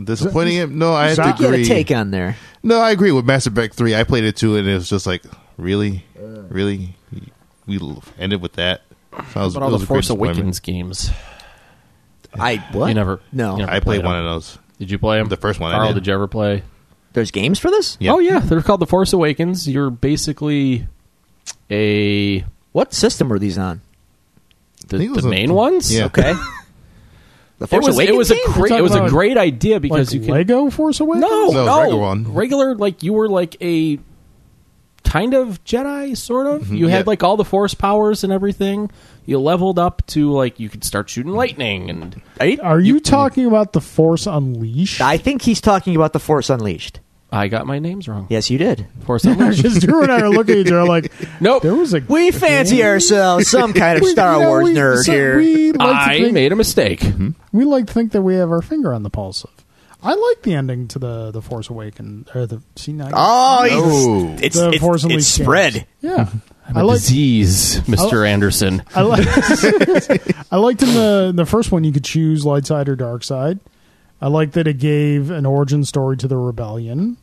Disappointing him? No, I
Is that-
Get a
agree.
take on there.
No, I agree with Mass Effect 3. I played it too, and it was just like, really?
Uh.
Really? We l- ended with that? So I was,
But
it
all
was
the
a great
Force
disappointment.
Awakens games.
I what?
You never.
No.
you never
I played
them.
one of those.
Did you play them?
The first one I
Carl,
did.
did you ever play?
There's games for this.
Yeah.
Oh yeah, they're called the Force Awakens. You're basically a
What system were these on?
the,
think it was
the
a-
main ones.
Yeah.
Okay. the
It
Force
was it
Awakens
was a
game?
great it was a
about
great idea because
Like
you can
Lego Force Awakens?
no
No,
no
regular one.
regular like you were like a kind of Jedi sort of you had
Mm-hmm. yeah.
like all the Force powers and everything you leveled up to like you could start shooting lightning and
Are you-
Are you talking about the Force Unleashed?
I think he's talking about the Force Unleashed.
I got my names wrong
Yes, you did.
Force Unleashed
Just Drew and I are looking at each other like,
nope
there was a
We fancy ourselves some kind of
We-
Star
you know,
Wars
we-
nerd
so
here.
We like, to
I
think,
made a mistake
Mm-hmm.
we like to think that we have our finger on the pulse of. I like the ending to the the Force Awakens or the see now.
oh,
No.
it's, it's,
the
it's,
Force
it's,
Unleashed games.
spread.
Yeah, I
A
like
disease Mr. Anderson
I like I liked in the in the first one you could choose light side or dark side. I like that it gave an origin story to the rebellion.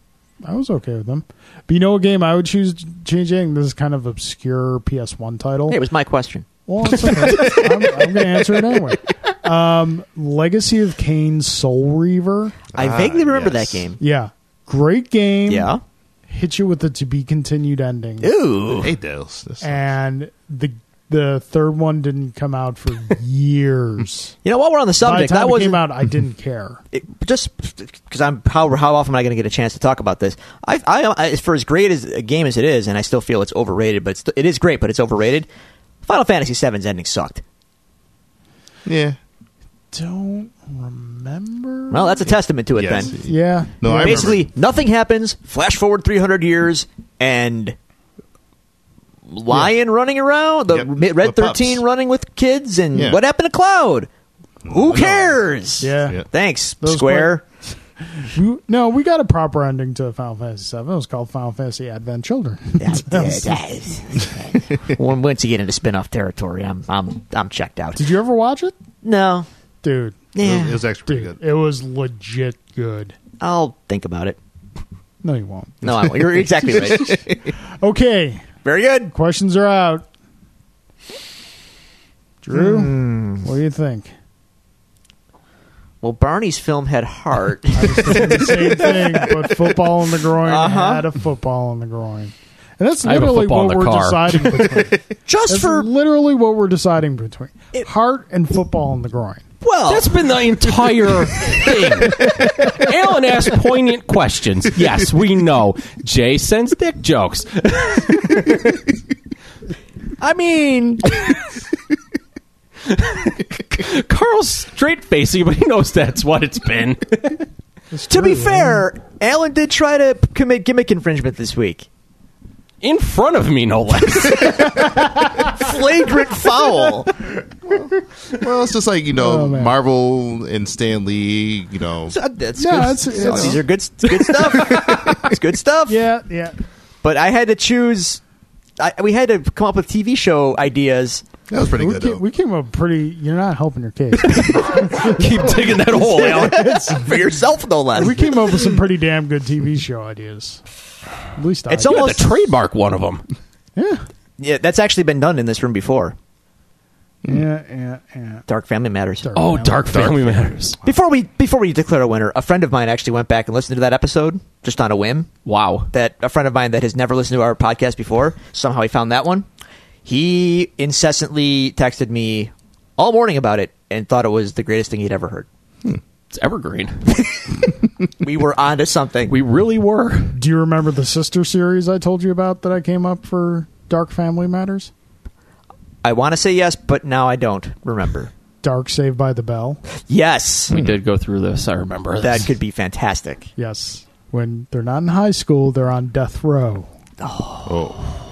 I was okay with them. But you know a game I would choose changing? This is kind of obscure PS1 title.
Hey, it was my question.
Well, it's okay. I'm, I'm going to answer it anyway. Um, Legacy of Kane Soul Reaver.
I vaguely remember
yes.
that game.
Yeah. Great game.
Yeah.
Hit you with the to be continued ending.
Ooh.
Eh.
Hey, Dales. This-
And the The third one didn't come out for years.
You know, while we're on the
By the
subject, that
time it
wasn't
came out, I didn't care.
it, just because I'm how how often am I going to get a chance to talk about this? I, I, I for as great as a game as it is, and I still feel it's overrated, but it's, it is great, but it's overrated. Final Fantasy VII's ending sucked.
Yeah.
Don't remember.
Well, that's a testament to it.
Yes.
Then
yeah.
No, I
basically
remember.
nothing happens. Flash forward 300 years and. Lion running around, the
Yep.
Mi- Red
The pups.
Thirteen running with kids, and
Yeah.
what happened to Cloud? Who cares?
Yeah.
Yeah.
thanks,
Those
Square.
We- no, we got a proper ending to Final Fantasy VII. It was called Final Fantasy Advent Children.
When- Once you get into spin-off territory, I'm I'm I'm checked out.
Did you ever watch it,
No,
dude?
It,
yeah,
was, it was actually pretty
Dude,
good.
it was legit good.
I'll think about it.
No, you won't.
No, I won't. you're exactly right.
Okay,
Very good.
questions are out. Drew,
Hmm.
what do you think?
Well, Barney's film had heart.
The same thing, but football in the groin.
Uh-huh.
Had a football in the groin, and that's
I have a
literally
football in
what
the
we're
car.
deciding between.
Just
That's
for
literally what we're deciding between
It-
heart and football in the groin.
well,
That's been the entire thing. Alan asked poignant questions. Yes, we know. Jay sends dick jokes.
I mean,
Carl's straight facing, but he knows that's what it's been.
to be fair, Alan did try to p- commit gimmick infringement this week.
In front of me, no less.
Flagrant foul.
Well, it's just like, you know,
Oh, man.
Marvel and Stan Lee, you know.
So That's
No,
good.
it's- it's-
These are good, it's good stuff. it's good stuff.
Yeah, yeah.
But I had to choose. I, we had to come up with TV show ideas.
That was pretty
We
good, though.
came, we came up pretty. You're not helping your case.
Keep digging that
Oh,
hole, Alan.
for yourself, no less.
we came up with some pretty damn good TV show ideas. At least I.
It's
did.
You had
almost-
to trademark one of them.
yeah,
yeah, that's actually been done in this room before.
yeah, yeah, yeah.
Dark Family Matters.
Dark.
Oh,
Yeah.
Dark Family Matters.
Before we before we declare a winner, a friend of mine actually went back and listened to that episode just on a whim.
Wow.
That a friend of mine that has never listened to our podcast before somehow he found that one. He incessantly texted me all morning about it and thought it was the greatest thing he'd ever heard.
It's evergreen.
We were onto something.
We really were.
Do you remember the sister series I told you about that I came up for Dark Family Matters?
I want to say yes, but now I don't remember.
Dark Saved by the Bell.
Yes,
We did go through this. I remember
that
this.
could be fantastic.
Yes. When they're not in high school, they're on death row.
oh.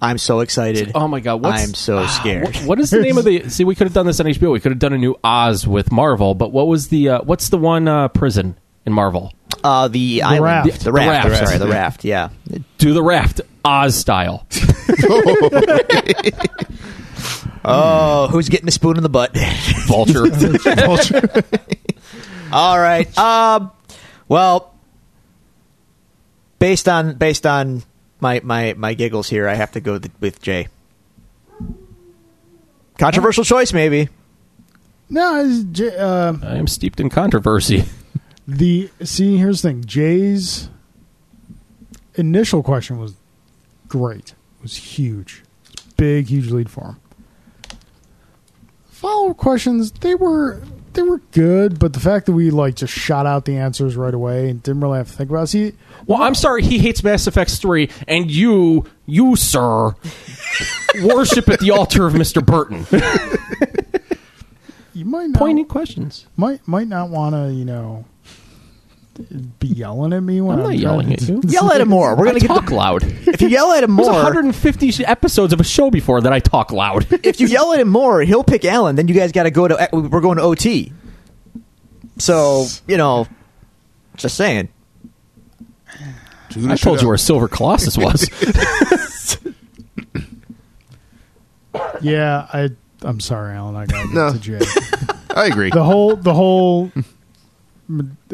I'm so excited.
Oh my god! What's,
I'm so scared.
Wh- What is the name of the? See, we could have done this on HBO. We could have done a new Oz with Marvel. But what was the? Uh, what's the one uh, prison in Marvel?
Uh, the, island,
raft.
the raft.
The raft.
Sorry, the
Yeah.
raft. Yeah,
Do the raft Oz style.
Oh, who's getting a spoon in the butt?
Vulture.
All right. Um, well, based on based on my my my giggles here, I have to go th- with Jay. Controversial choice, maybe.
No, it's J- uh,
I am steeped in controversy.
the see. Here's the thing. Jay's initial question was great. It was huge. It was a big, huge lead for him. Follow up questions. They were they were good, but the fact that we like just shot out the answers right away and didn't really have to think about. It. See,
Well, I'm sorry. He hates Mass Effect three, and you, you sir, worship at the altar of Mr. Burton.
you might not
Pointing questions.
might might not want to you know be yelling at me when
I'm
I'm,
not
trying
yelling at
to-
you.
Yell at him more. We're
I
gonna get
talk loud.
if you yell at him
There's
more.
150 episodes of a show before that I talk loud.
If you yell at him more, he'll pick Alan. Then you guys got to go to. eh, We're going to OT. So you know, just saying.
I told you where Silver Colossus was.
Yeah, I I'm sorry, Alan. I got
No.
to Jay.
I agree.
The whole the whole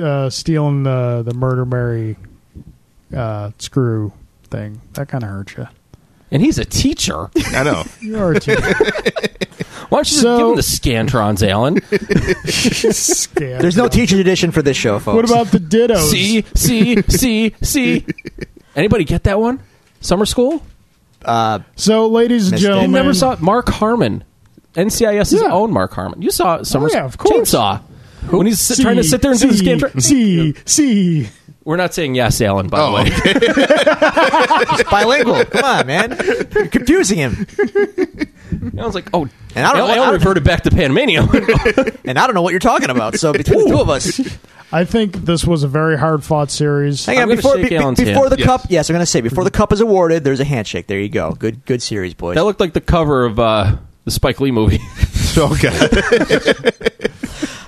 uh, stealing the the murder Mary uh, screw thing that kind of hurt you.
and he's a teacher.
I know.
You are too
Why don't you
So-
just give him the scantrons, Alan?
scared.
There's no teacher's edition for this show, folks.
What about the dittos?
C C C C. Anybody get that one? Summer school?
uh,
So, ladies and
Missed it.
You
gentlemen,
never saw Mark Harmon, NCIS's
Yeah.
own Mark Harmon. You saw
Oh,
Summer's
yeah, of course.
Chainsaw. When he's sit-
See,
trying to sit there and do this
see,
game. tra-
See, see.
We're not saying yes, Alan, by
Oh,
the way.
okay.
it's bilingual. Come on, man. You're confusing him.
Alan's like, oh.
And I don't know-
Alan
I don't-
reverted back to Panmania.
And I don't know what you're talking about. So between the two of us,
I think this was a very hard fought series.
hang
I'm
on.
gonna
Before,
shake
be- be-
Alan's
before
hand.
the
Yes.
cup, yes, I'm going to say before the cup is awarded, there's a handshake. There you go. Good, good series, boys. Um,
that looked like the cover of uh, the Spike Lee movie.
okay.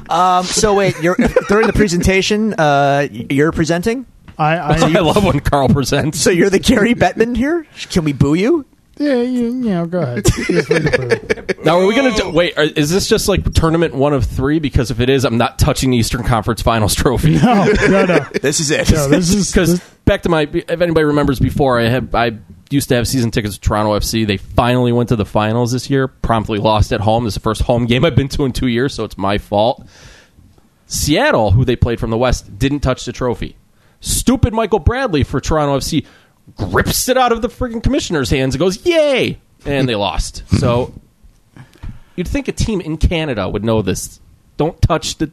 Um, so wait, you're, during the presentation, uh, you're presenting.
I,
I
I
love when Carl presents.
So you're the Gary Bettman here. Can we boo you?
yeah, you, you know, go ahead. Feel free to boo.
Now, are we going to do- wait? Are, is this just like tournament one of three? Because if it is, I'm not touching the Eastern Conference Finals trophy.
no, no, no,
This is it.
no. This is
Because
this-
back to my, if anybody remembers before, I had I used to have season tickets to Toronto FC. They finally went to the finals this year. Promptly lost at home. This is the first home game I've been to in two years, so it's my fault. Seattle, who they played from the West, didn't touch the trophy. Stupid Michael Bradley for Toronto FC grips it out of the freaking commissioner's hands and goes, "Yay!" And they lost. So you'd think a team in Canada would know this. Don't touch the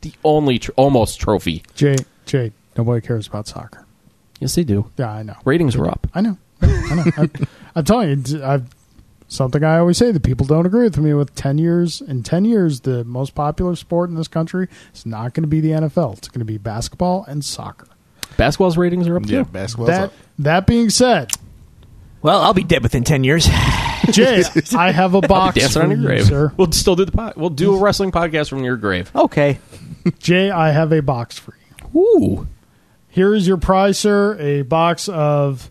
the only tr- almost trophy.
Jay. Jay. Nobody cares about soccer.
Yes, they do.
Yeah, I know.
Ratings were up.
I know. I know. I, I'm telling you, I've something I always say that people don't agree with me with. Ten years in ten years, the most popular sport in this country is not going to be the NFL. It's going to be basketball and soccer.
Basketball's ratings are up
Yeah,
too.
basketball's
that
up.
that being said,
Well, I'll be dead within ten years.
Jay, I have a box
Dancing
for
on your
you,
grave.
sir.
We'll still do the pod. We'll do a wrestling podcast from your grave.
Okay.
Jay, I have a box for you.
Ooh,
Here is your prize, sir. A box of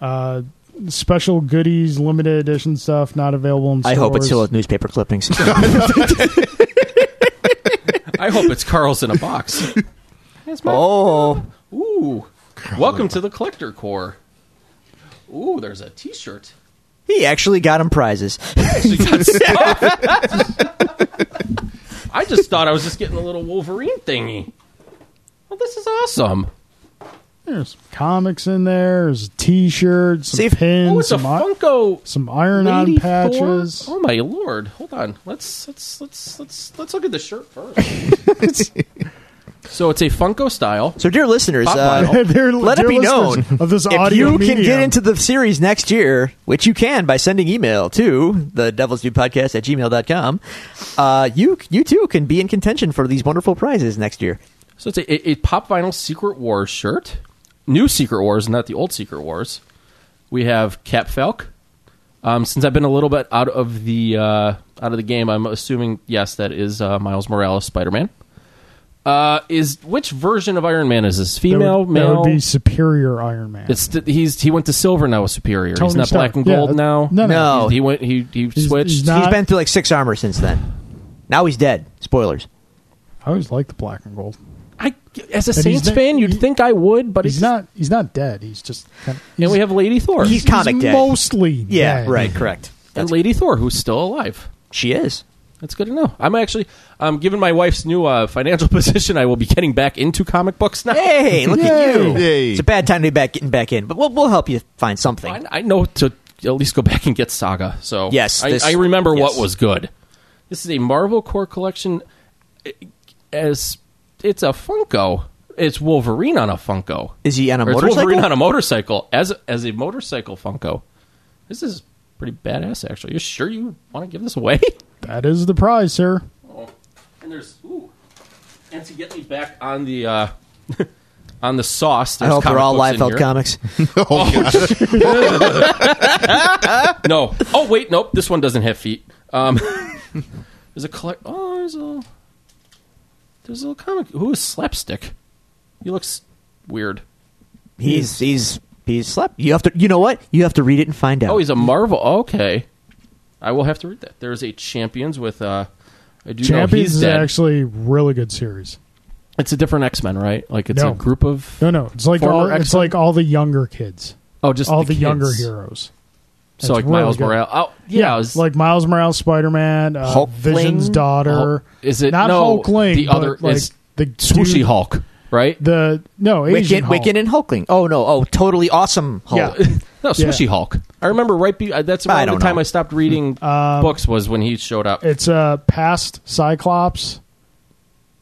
uh, special goodies, limited edition stuff, not available in
I
stores.
hope it's still with newspaper clippings.
I hope it's Carl's in a box. That's my-
oh,
Ooh, welcome to the collector core. Ooh, there's a T-shirt.
he actually got him prizes.
Actually got stuff. I just thought I was just getting a little Wolverine thingy. Well, this is awesome.
There's comics in there. There's t-shirts, some
See if-
pins,
Oh, it's a
some, i-
Funko
some iron-on
Lady
patches.
Thor? Oh my lord! Hold on. Let's let's let's let's let's look at the shirt first. so it's a Funko style.
So, dear listeners,
Pop
uh,
vinyl.
They're-
let it
they're
be known
listeners of this
if
audio
you can
medium.
get into the series next year, which you can by sending email to the devil's due podcast at gmail.com, uh, you, you too can be in contention for these wonderful prizes next year.
So it's a, a, a Pop Vinyl Secret Wars shirt. New Secret Wars, not the old Secret Wars. We have Cap Falk. Um, since I've been a little bit out of the uh, out of the game, I'm assuming yes, that is uh, Miles Morales, Spider Man. Uh, is which version of Iron Man is this?
That would-
Female,
that
male?
would be superior Iron Man.
It's th- he's he went to silver now with Superior. he's
Tony
not
Stark.
black and
Yeah,
gold
that-
now.
No, no.
No.
He- he went he he
he's
switched.
not-
he's
Uh,
been through like six armor since then. Now he's dead. Spoilers.
I always like the black and gold.
I as a
he's
Saints
not-
fan, you'd
he-
think I would, but
He's
it's
not. He's not dead. He's just. Kind of,
And we have Lady Thor.
He's comic dead.
mostly.
Yeah,
dead.
right, correct.
and
That's-
Lady Thor, who's still alive.
she is.
That's good to know. I'm actually, um, given my wife's new uh, financial position, I will be getting back into comic books now.
Hey, look at
Yay.
you.
Yay.
It's a bad time to be back getting back in, but we'll, we'll help you find something.
I, I know to at least go back and get Saga. So
Yes,
I,
this-
I remember
yes.
what was good. This is a Marvel Core collection. eh, As it's a Funko, it's Wolverine on a Funko.
Is he on a
Or it's
motorcycle?
Wolverine on a motorcycle as as a motorcycle Funko. This is pretty badass, actually. You sure you want to give this away?
That is the prize, sir.
And there's ooh, and to get me back on the uh, on the sauce.
I
there's
hope they're
comic
all
books in
Liefeld
here.
comics.
No. Oh wait, nope. This one doesn't have feet. Um, there's a collect. Oh, there's a there's a little comic. Who is slapstick? He looks weird.
He's he's he's slept. You have to. You know what? You have to read it and find out.
Oh, he's a Marvel. Okay, I will have to read that. There's a Champions with. Uh, I do know
Champions
he's
is
dead.
actually a really good series.
it's a different X Men, right? Like it's
No.
a group of.
No, no, it's like
Former
all, it's
X-Men?
like all the younger kids,
Oh, just
all the,
the, kids.
younger heroes.
So like
That's really
Miles
good.
Morales. Oh, yeah, I was-
like Miles Morales, Spider Man, uh,
Hulkling?
Vision's daughter.
Hulk- is it-
not
no,
Hulkling?
the
but
other-
like
it's
the
swooshy
dude-
Hulk. right?
The no Asian
Wiccan,
Hulk.
Wiccan, and Hulkling. Oh no! Oh, totally awesome Hulk.
Yeah.
No, Swishy Hulk. I remember right. Be- uh, that's
I
about the
don't
time
know.
I stopped reading
Mm, um,
books was when he showed up.
It's uh past Cyclops,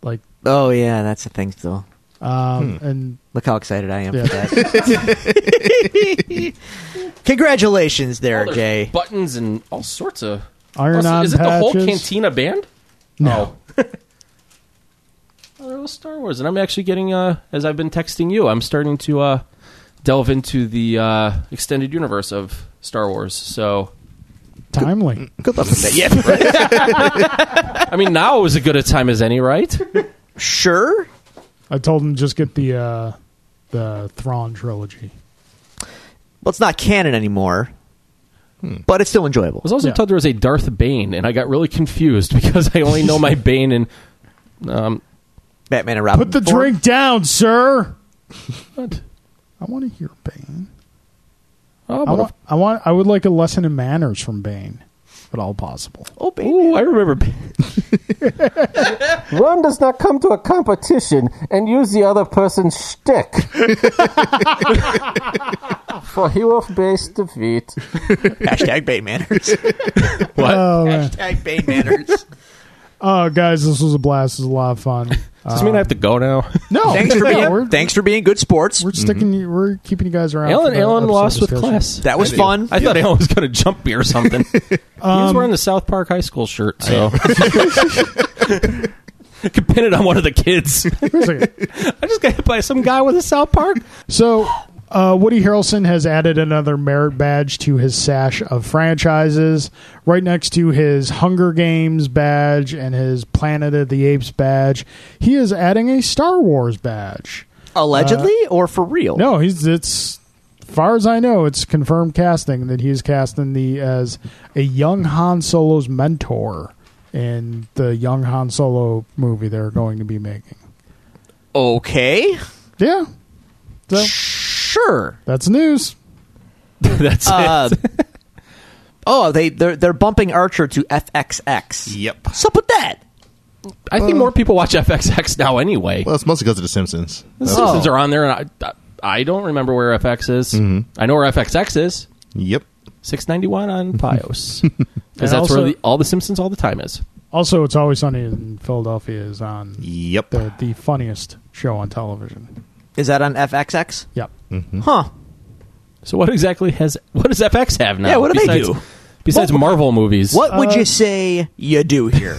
like
Oh yeah, that's the thing. Still,
Hmm.
um and
look how excited I am
Yeah.
for that. Congratulations, there,
There's
Jay.
buttons and all sorts of
Iron
Also,
on
Is it the whole
patches?
Cantina band? No. Oh, that was Star Wars, and I'm actually getting uh, as I've been texting you, I'm starting to uh, delve into the uh, extended universe of Star Wars. So,
timely.
Good luck with that. Yeah,
I mean, now is as good a time as any, right?
sure.
I told him just get the uh the Thrawn trilogy.
Well, it's not canon anymore,
Hmm.
but it's still enjoyable.
I was also
Yeah.
told there was a Darth Bane, and I got really confused because I only know my Bane and um,
Batman and
Put
Robin.
the
form.
drink down, sir. What? I want to hear Bane.
oh,
I
what a-
want, I want. I would like a lesson in manners from Bane, at all possible.
Oh, baby.
Ooh, I remember. Bane.
One does not come to a competition and use the other person's shtick. For he will face defeat.
Hashtag Bay Manners.
What?
Uh,
Hashtag Bay Manners.
Oh, guys, this was a blast. It was a lot of fun. Uh,
Does this mean I have to go now?
No,
thanks for
no,
being Mm-hmm.
We're,
thanks for being good sports.
we're sticking. you We're keeping you guys around.
Alan,
for the
Alan
episode
lost with
discussion.
class.
That was
I do.
fun.
I
uh,
thought Alan was going to jump me or something. he
Um,
was wearing the South Park High School shirt, so. Could pin it on one of the kids.
Wait a second.
I just got hit by some guy with a South Park.
So, uh, Woody Harrelson has added another merit badge to his sash of franchises, right next to his Hunger Games badge and his Planet of the Apes badge. He is adding a Star Wars badge.
Allegedly or for real?
No, he's it's far as I know, it's confirmed casting that he's casting the as a young Han Solo's mentor in the young Han Solo movie they're going to be making.
Okay.
Yeah, so
Sure.
that's news.
That's
Uh,
it.
oh, they they're they're bumping Archer to FXX.
Yep.
What's up with that?
I
uh,
think more people watch FXX now anyway.
Well, it's mostly because of The Simpsons.
the Simpsons are on there, and I, I don't remember where FX is. I know where FXX is.
Yep.
691 on Pios. Because that's
also-
where the, all the Simpsons all the time is.
Also, it's always sunny in Philadelphia is on
Yep.
the the funniest show on television.
Is that on FXX?
Yep.
Huh.
So what exactly has what does FX have now?
Yeah, what do they
besides,
do?
Besides Marvel movies,
What would you say you do here?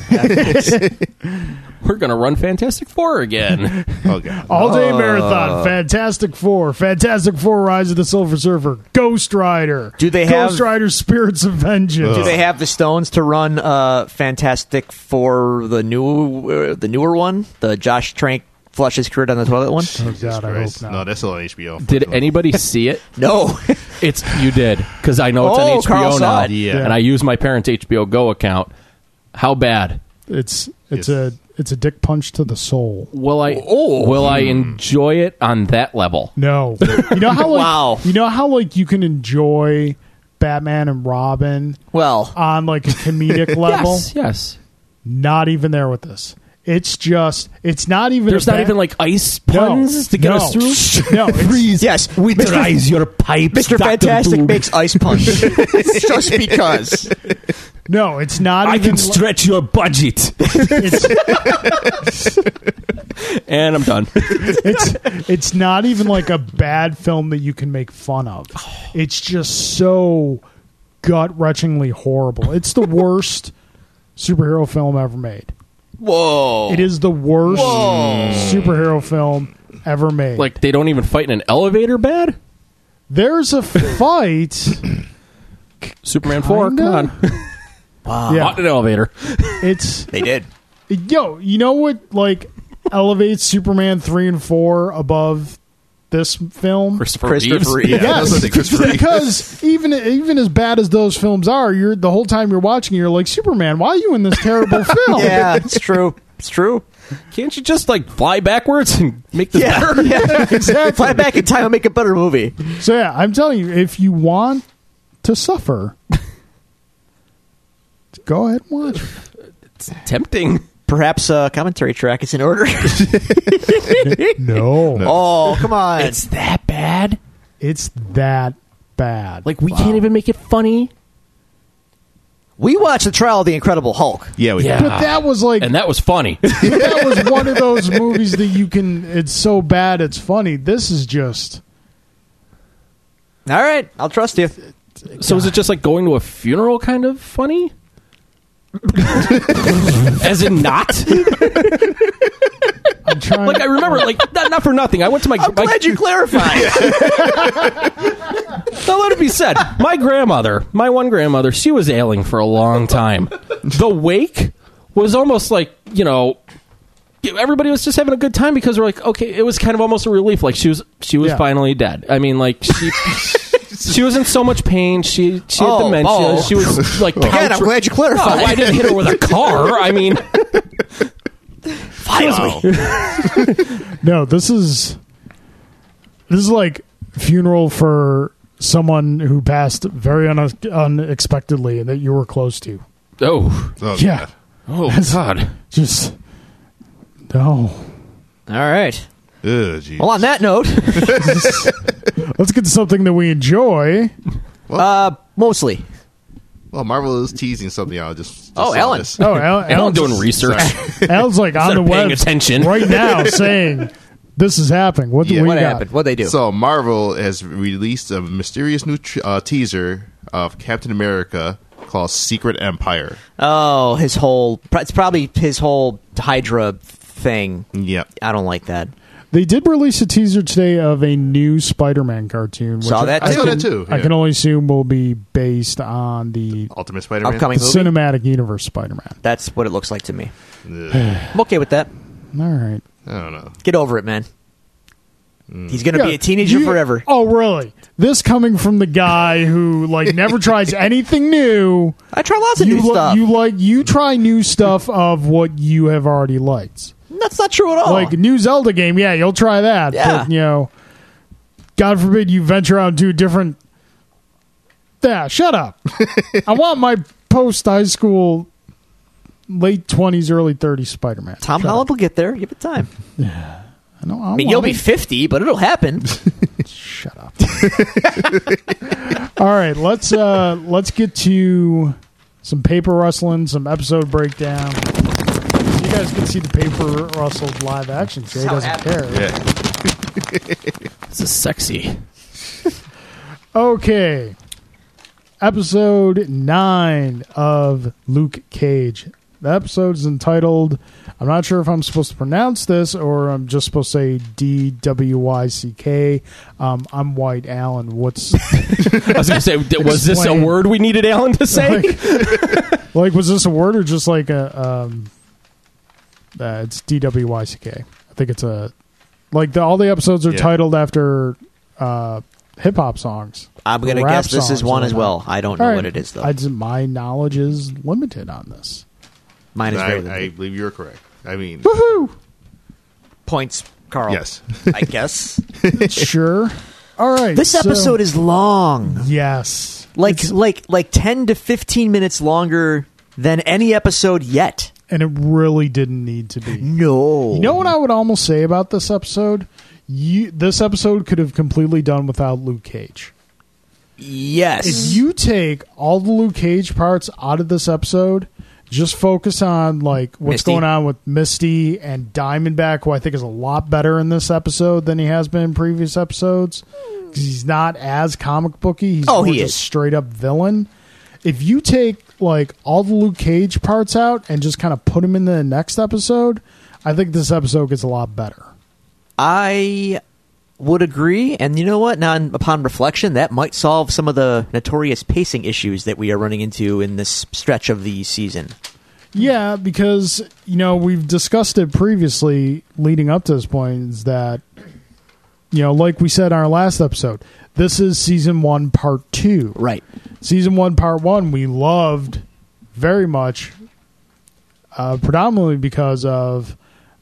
we're gonna run Fantastic Four again.
Oh god.
All day
Uh.
marathon, Fantastic Four, Fantastic Four: Rise of the Silver Surfer, Ghost Rider.
Do they
Ghost
have-
Rider: Spirits of Vengeance?
do they have the stones to run uh, Fantastic for the new uh, the newer one, the Josh Trank flushes career down the toilet one?
Oh God, I hope
Christ.
not.
No, that's still on HBO.
Did
unfortunately.
anybody see it?
No.
It's you did because I know it's
Oh,
on
Carl
HBO now,
Sod.
Yeah.
and I use my parents' HBO Go account. How bad
It's it's
Yes.
a it's a dick punch to the soul.
will I? will I enjoy it on that level?
No, you know how like,
Wow.
you know how like you can enjoy Batman and Robin
Well,
on like a comedic level.
Yes, yes.
Not even there with this. It's just it's not even
There's
a
not
Bat-
even like ice
No,
puns to get
no,
us through.
No, it's,
yes, we
Rise your pipes,
Mr.
Dr.
Fantastic
Doom.
makes ice punch just because.
no, it's not. even li-
stretch your budget. and I'm done.
it's it's not even like a bad film that you can make fun of. It's just so gut wrenchingly horrible. It's the worst superhero film ever made.
Whoa.
It is the worst superhero film ever made.
Like they don't even fight in an elevator bed.
there's a fight.
Superman four. Come on,
Kinda.
not
yeah,
Uh-huh.
in an elevator.
it's
They did.
yo. You know what? Like elevates Superman three and four above this film.
Christopher,
Christopher
Reeves.
Yeah, that's what they- Christopher Reeve.
because even even as bad as those films are, you're the whole time you're watching, you're like Superman. Why are you in this terrible film?
Yeah, it's true. It's true.
Can't you just like fly backwards and make this better?
exactly. Fly back in time and make a better movie.
So yeah, I'm telling you, if you want to suffer, go ahead and watch. it.
Tempting.
Perhaps uh, commentary track is in order.
No,
oh, come on.
It's that bad.
it's that bad.
Like we can't even make it funny.
we watched the trial of the Incredible Hulk.
Yeah, we
Yeah.
did.
but that was like
And that was funny.
that was one of those movies that you can. It's so bad, it's funny. This is just
All right, I'll trust you.
so is it just like going to a funeral kind of funny? As in not?
I'm trying.
Like I remember like not, not for nothing. I went to my
I'm
my-
glad you clarified.
Now let it be said, my grandmother, my one grandmother, she was ailing for a long time. The wake was almost like, you know, everybody was just having a good time because we're like, okay, it was kind of almost a relief. Like she was she was
Yeah.
finally dead. I mean, like she she was in so much pain. She she had
Oh,
dementia.
oh.
She was like
Again, I'm
couch-
glad you
No,
clarified.
I didn't hit her with a car. I mean,
Wow.
No, this is this is like funeral for someone who passed very un- unexpectedly and that you were close to.
oh,
Oh,
Yeah,
oh god.
just no.
All right.
God. Ugh, geez.
Well, on that note,
Let's get to something that we enjoy.
uh, mostly.
Well, Marvel is teasing something out. Just, just
Oh,
saw
Ellen.
this.
Oh, Al,
Alan
Al's-
doing research.
Al's like on
Instead
the
of paying
web
attention.
right now, saying this is happening. What do
Yeah.
we
What
got?
happened? What they do?
So Marvel has released a mysterious new tr- uh, teaser of Captain America called Secret Empire.
oh, his whole. It's probably his whole Hydra thing.
Yep.
I don't like that.
They did release a teaser today of a new Spider-Man cartoon. Which
Saw that
I,
I saw
can-
that too,
I
yeah.
can only assume will be based on the,
Ultimate Spider-Man.
Upcoming
the
movie.
cinematic universe Spider-Man.
That's what it looks like to me.
Ugh,
I'm okay with that.
All right.
I don't know.
Get over it, man. He's gonna be
Mm. Yeah,
a teenager
you-
forever.
Oh, really? This coming from the guy who like never tries anything new.
I try lots of
you
new
li-
stuff.
you like you try new stuff of what you have already liked.
That's not true at all.
Like new Zelda game, yeah, you'll try that.
Oh. Yeah.
But, you know, God forbid you venture out and do a different. Yeah, shut up. I want my post high school, late twenties, early thirties Spider Man.
Tom Holland will get there. Give it time.
I know. I
I mean,
want
you'll be
it.
50, but it'll happen.
Shut up. All right, let's uh let's get to some paper rustling, some episode breakdown. So you guys can see the paper rustled live action. Jay
how it
doesn't care.
Yeah.
This is sexy.
Okay. Episode 9 of Luke Cage. The episode's entitled, I'm not sure if I'm supposed to pronounce this or I'm just supposed to say D W Y C K. Um, I'm White Allen. What's
I was going to say, d- was this a
Explain.
word we needed Alan to say?
like, like, was this a word or just like a um uh, it's DWYCK. I think it's a like the, all the episodes are
Yeah.
titled after uh hip hop songs.
I'm going to
Rap
guess this
songs
is one
and
as
whatnot.
well. I don't know
All right.
what it is, though.
I just, my knowledge is limited on this.
Mine is
I,
very
I believe you were correct. I mean,
Points, Carl.
yes.
I guess.
sure. All right.
This episode is long.
yes.
Like,
It's-
like, like 10 to 15 minutes longer than any episode yet.
and it really didn't need to be.
No.
You know what I would almost say about this episode? You this episode could have completely done without Luke Cage.
Yes.
if you take all the Luke Cage parts out of this episode, just focus on like what's
Misty.
going on with Misty and Diamondback, who I think is a lot better in this episode than he has been in previous episodes because he's not as comic booky. He's
Oh,
more
he
just
is.
straight up villain. If you take like all the Luke Cage parts out and just kind of put them in the next episode, I think this episode gets a lot better.
I would agree. And you know what? Now, upon reflection, that might solve some of the notorious pacing issues that we are running into in this stretch of the season.
Yeah, because you know we've discussed it previously, leading up to this point, is that you know, like we said in our last episode, this is season one, part two.
Right.
Season one, part one, we loved very much, uh, predominantly because of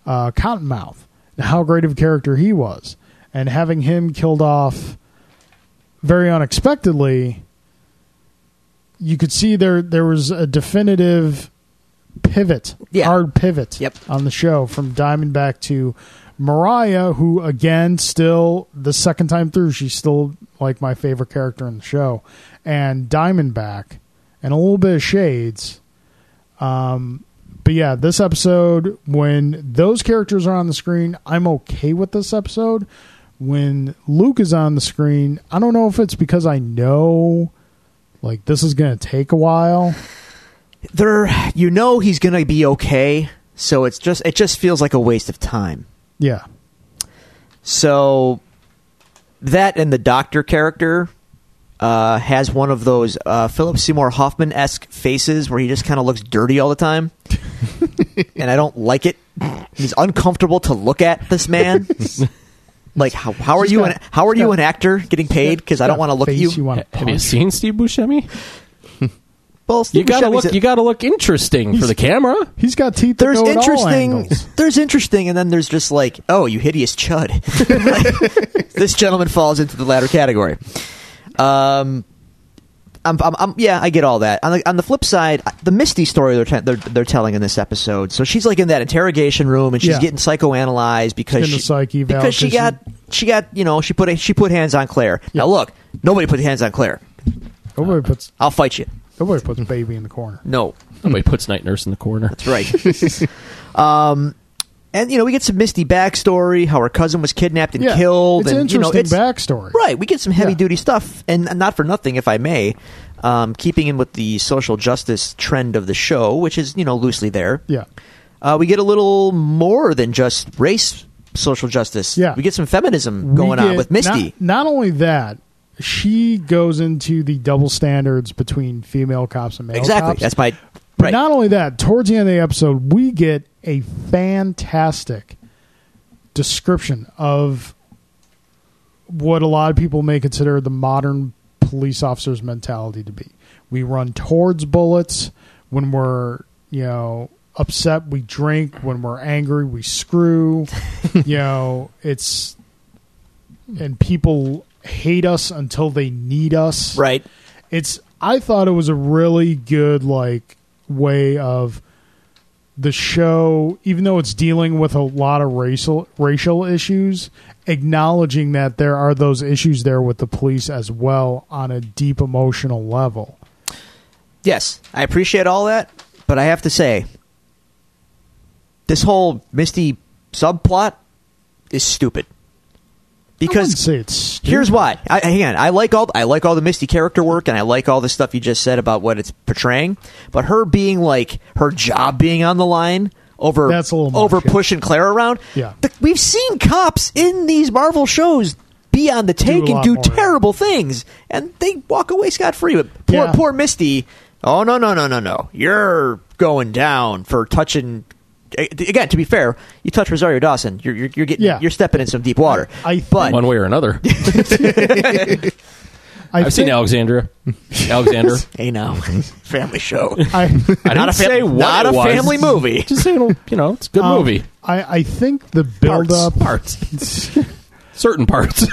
uh, Cottonmouth, and how great of a character he was, and having him killed off very unexpectedly. You could see there there was a definitive pivot,
Yeah.
hard pivot
Yep.
on the show from Diamondback to Mariah, who again still the second time through, she's still like my favorite character in the show, and Diamondback, and a little bit of Shades. Um, but yeah, this episode when those characters are on the screen, I'm okay with this episode. When Luke is on the screen, I don't know if it's because I know like this is going to take a while.
There, you know, he's gonna be okay. So it's just it just feels like a waste of time.
Yeah.
So that and the doctor character uh, has one of those uh, Philip Seymour Hoffman esque faces where he just kind of looks dirty all the time, and I don't like it. He's uncomfortable to look at. This man, like how, how are
He's
you
got-
an how are
he's
you
got-
an actor getting paid? Because I don't want to look at you.
Face you wanna
Have you
punch.
seen Steve Buscemi?
Well,
You
Steve
gotta
Buscemi's
look.
a-
You gotta look interesting for the camera.
He's got teeth.
there's
that go at all
interesting.
angles.
There's interesting, and then there's just like, oh, you hideous chud. Like, this gentleman falls into the latter category. Um, I'm, I'm, I'm, yeah, I get all that. On the, on the flip side, the Misty story they're, te- they're they're telling in this episode. So she's like in that interrogation room, and she's
Yeah.
getting psychoanalyzed because
Getting the
she
psyche eval
because
'cause
she
she-
got she got you know she put a, she put hands on Claire. Now
Yeah.
look, nobody put hands on Claire.
Nobody puts
I'll fight you.
nobody puts baby in the corner.
No,
Nobody puts night nurse in the corner.
Right. um, and you know, we get some misty backstory, how her cousin was kidnapped and
Yeah,
killed.
it's
and,
interesting
you know, it's,
backstory.
Right. We get some heavy
Yeah.
duty stuff, and not for nothing, if I may. Um, keeping in with the social justice trend of the show, which is you know loosely there.
Yeah.
Uh, we get a little more than just race social justice.
Yeah.
We get some feminism
We
going on
get-
with Misty.
Not, not only that, she goes into the double standards between female cops and male
exactly.
cops.
That's my
But
right.
not only that, towards the end of the episode, we get a fantastic description of what a lot of people may consider the modern police officer's mentality to be. We run towards bullets when we're, you know, upset, we drink, when we're angry, we screw. you know, it's and people hate us until they need us
right.
it's I thought it was a really good like way of the show even though it's dealing with a lot of racial racial issues acknowledging that there are those issues there with the police as well on a deep emotional level.
Yes, I appreciate all that, but I have to say, this whole Misty subplot is stupid.
I wouldn't
Because
say it's stupid.
here's why. I, hang on, I like all I like all the Misty character work, and I like all the stuff you just said about what it's portraying. But her being like her job being on the line over
That's a little much,
over
yeah.
pushing Claire around.
Yeah.
The- we've seen cops in these Marvel shows be on the take and
lot
do
more.
terrible things, and they walk away scot free. But poor
Yeah.
poor Misty. Oh no no no no no! You're going down for touching. a- Again, to be fair, you touch Rosario Dawson, you're you're, you're getting
Yeah.
you're stepping in some deep water.
I think-
but
One way or another.
I
I've seen
think-
Alexandra. Alexander.
hey now, family show.
I,
I didn't
Not a fam-
say what
not
it
a
was.
family movie.
Just saying, you know, it's a good
um,
movie.
I, I think the build
Parts.
up
Parts. Certain parts.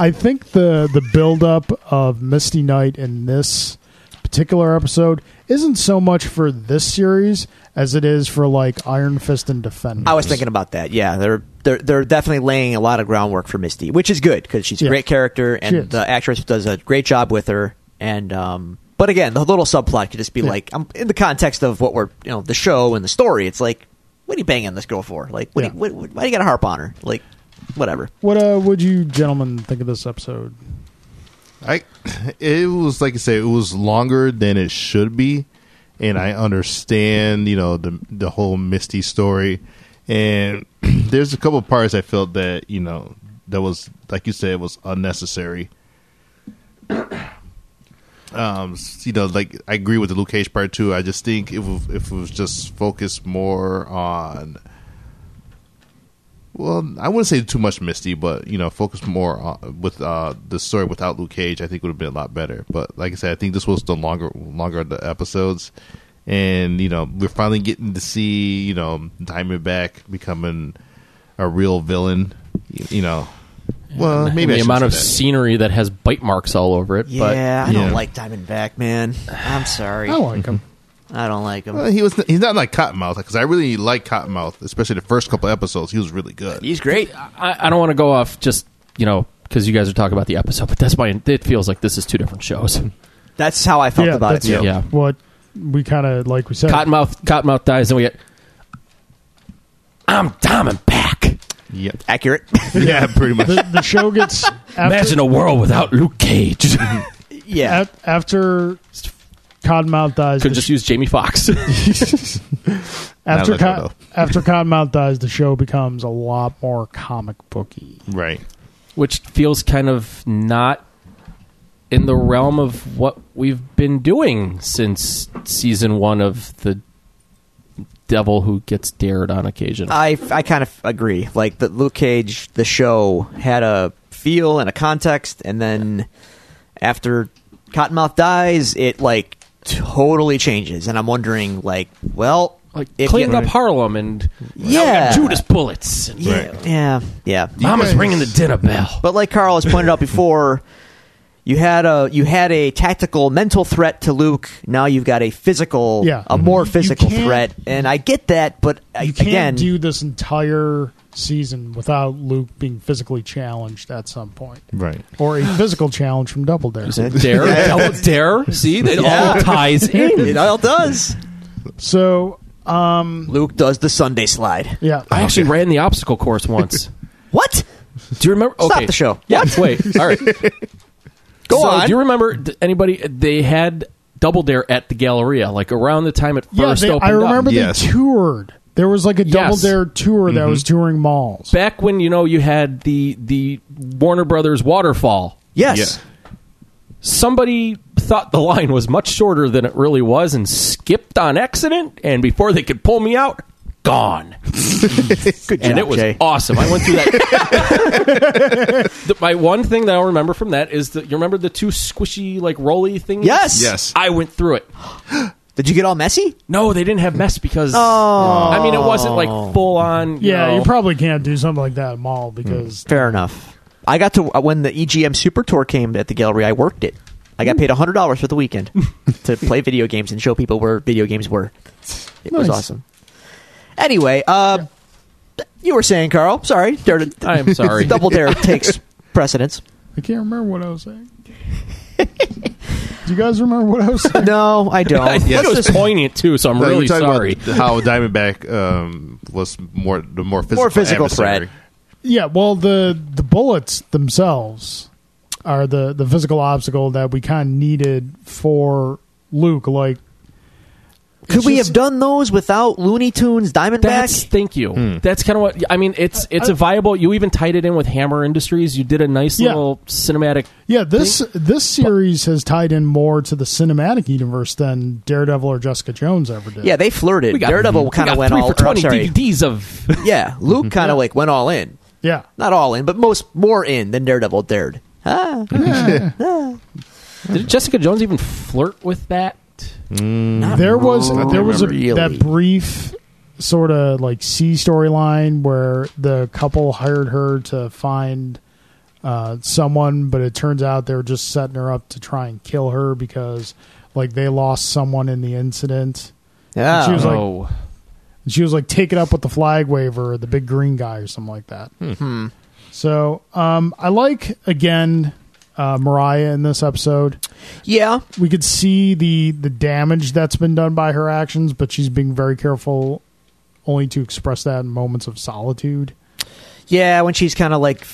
I think the the buildup of Misty Knight in this particular episode isn't so much for this series as it is for like Iron Fist and Defenders.
I was thinking about that. Yeah, they're they're they're definitely laying a lot of groundwork for Misty, which is good because she's a
Yeah.
great character
She
and
is.
the actress does a great job with her. And um, but again, the little subplot could just be like, um in the context of what we're you know the show and the story. It's like, what are you banging this girl for? Like, what do you,
Yeah.
what, what- why do you got to harp on her? Like, whatever.
What uh, would you gentlemen think of this episode?
I it was like I say, it was longer than it should be, and I understand you know the the whole Misty story, and there's a couple parts I felt that you know that was like you said was unnecessary. Um, s- you know, like I agree with the Luke Cage part too. I just think if if it was just focused more on well, I wouldn't say too much Misty, but you know, focus more on, with uh, the story without Luke Cage. I think would have been a lot better. But like I said, I think this was the longer longer of the episodes, and you know, we're finally getting to see you know Diamondback becoming a real villain. You, you know, well, maybe I
the
should
amount
say
of
that.
scenery that has bite marks all over it.
Yeah, I don't
Yeah.
like Diamondback, man. I'm sorry.
I like him.
I don't like him.
Well, he was he's not like Cottonmouth because I really like Cottonmouth, especially the first couple episodes. He was really good.
He's great.
I, I don't want to go off just you know because you guys are talking about the episode, but that's why it feels like this is two different shows.
That's how I felt
yeah,
about it
that's
too.
Yeah.
what we kind of like we said.
Cottonmouth, Cottonmouth dies, and we get I'm Diamond back.
Yep.
Accurate.
Yeah, pretty much.
the, the show gets after,
Imagine a world without Luke Cage.
yeah.
at, after Cottonmouth dies.
Could
the
just use Jamie Foxx.
after
Not like
Con-
Odo.
after Cottonmouth dies, the show becomes a lot more comic booky.
right.
which feels kind of not in the realm of what we've been doing since season one of the devil who gets dared on occasion.
I, I kind of agree. Like the Luke Cage, the show had a feel and a context, and then after Cottonmouth dies, it like totally changes. And I'm wondering, like, well,
like
if
cleaning
you-
up Harlem and
yeah,
Judas bullets. And
yeah, yeah, yeah.
Mama's
guys-
ringing the dinner bell.
But like Carl has pointed out before, you had a you had a tactical mental threat to Luke. Now you've got a physical,
Yeah.
a more
Mhm. You
physical
can't-
threat. And I get that, but I-
You can't
again,
do this entire season without Luke being physically challenged at some point,
Right.
or a physical challenge from Double Dare.
Dare, devil, dare. See, it all ties in.
it all does.
So uh,
Luke does the Sunday slide.
yeah,
I actually ran the obstacle course once.
What?
Do you remember?
Stop
okay.
the show.
Yeah. Wait. All right.
Go
So,
on.
Do you remember th- anybody? They had Double Dare at the Galleria, like around the time it
yeah.
first
they-
opened
I remember they
up.
Yes.
toured. There was like a Double
Yes. Mm-hmm.
Dare tour that was touring malls.
Back when you know you had the the Warner Brothers waterfall,
yes.
Yeah.
somebody thought the line was much shorter than it really was and skipped on accident. And before they could pull me out, gone.
Good
and it was awesome. I went through that. the, my one thing that I'll remember from that is that you remember the two squishy like roly things.
Yes.
Yes.
I went through it.
Did you get all messy?
No, they didn't have mess
Oh.
because. I mean, it wasn't like full on.
Yeah,
know,
you probably can't do something like that at a mall because
Mm.
Fair enough. I got to uh, when the EGM Super Tour came at the gallery. I worked it. I got paid hundred dollars for the weekend to play video games and show people where video games were. It was
Nice.
awesome. Anyway, uh, you were saying, Carl. Sorry, Dare to-
I am sorry.
Double Dare takes precedence.
I can't remember what I was saying. do you guys remember what I was saying?
No, I don't.
I think
Yes.
it was poignant too, so I'm
No, you
really
were talking
sorry.
About how Diamondback um, was more the more physical,
physical
adversary.
threat.
Yeah, well, the the bullets themselves are the the physical obstacle that we kind of needed for Luke. Like,
Could
it's
we
just-
have done those without Looney Tunes, Diamondback?
That's thank you. That's kind of what I mean. It's it's a viable. You even tied it in with Hammer Industries. You did a nice
Yeah.
little cinematic.
Yeah, this this series has tied in more to the cinematic universe than Daredevil or Jessica Jones ever did.
yeah, they flirted.
We got,
Daredevil kind of went
three
all.
for
or, I'm
twenty
sorry.
DVDs of.
Yeah,
Mm-hmm.
Luke kind of like went all in.
yeah.
Not all in, but most more in than Daredevil dared. Ah,
Did Jessica Jones even flirt with that?
not
There was
really.
there was a,
Really.
that brief sort of like C storyline where the couple hired her to find uh, someone, but it turns out they were just setting her up to try and kill her because like they lost someone in the incident.
yeah.
she was like-
Oh,
And she was like, take it up with the flag waver or the big green guy or something like that. So um, I like again uh, Mariah in this episode.
yeah,
we could see the the damage that's been done by her actions, but she's being very careful only to express that in moments of solitude.
yeah. When she's kind of like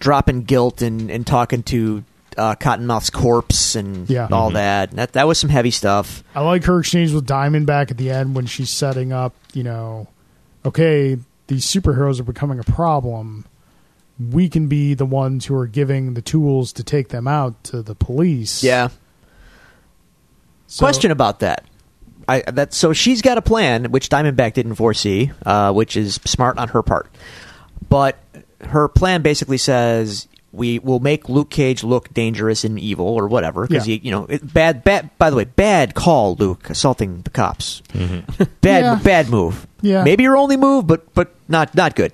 dropping guilt and, and talking to uh, Cottonmouth's corpse and
Yeah.
all
Mm-hmm.
that. That that was some heavy stuff.
I like her exchange with Diamondback at the end when she's setting up, you know, okay, these superheroes are becoming a problem. We can be the ones who are giving the tools to take them out to the police.
Yeah.
So-
Question about that. I that so she's got a plan which Diamondback didn't foresee, uh, which is smart on her part. But her plan basically says we will make Luke Cage look dangerous and evil or whatever because
Yeah.
he, you know, it, bad bad by the way, bad call Luke assaulting the cops.
Mm-hmm.
bad
Yeah.
bad move.
Yeah.
Maybe your only move, but but not not good.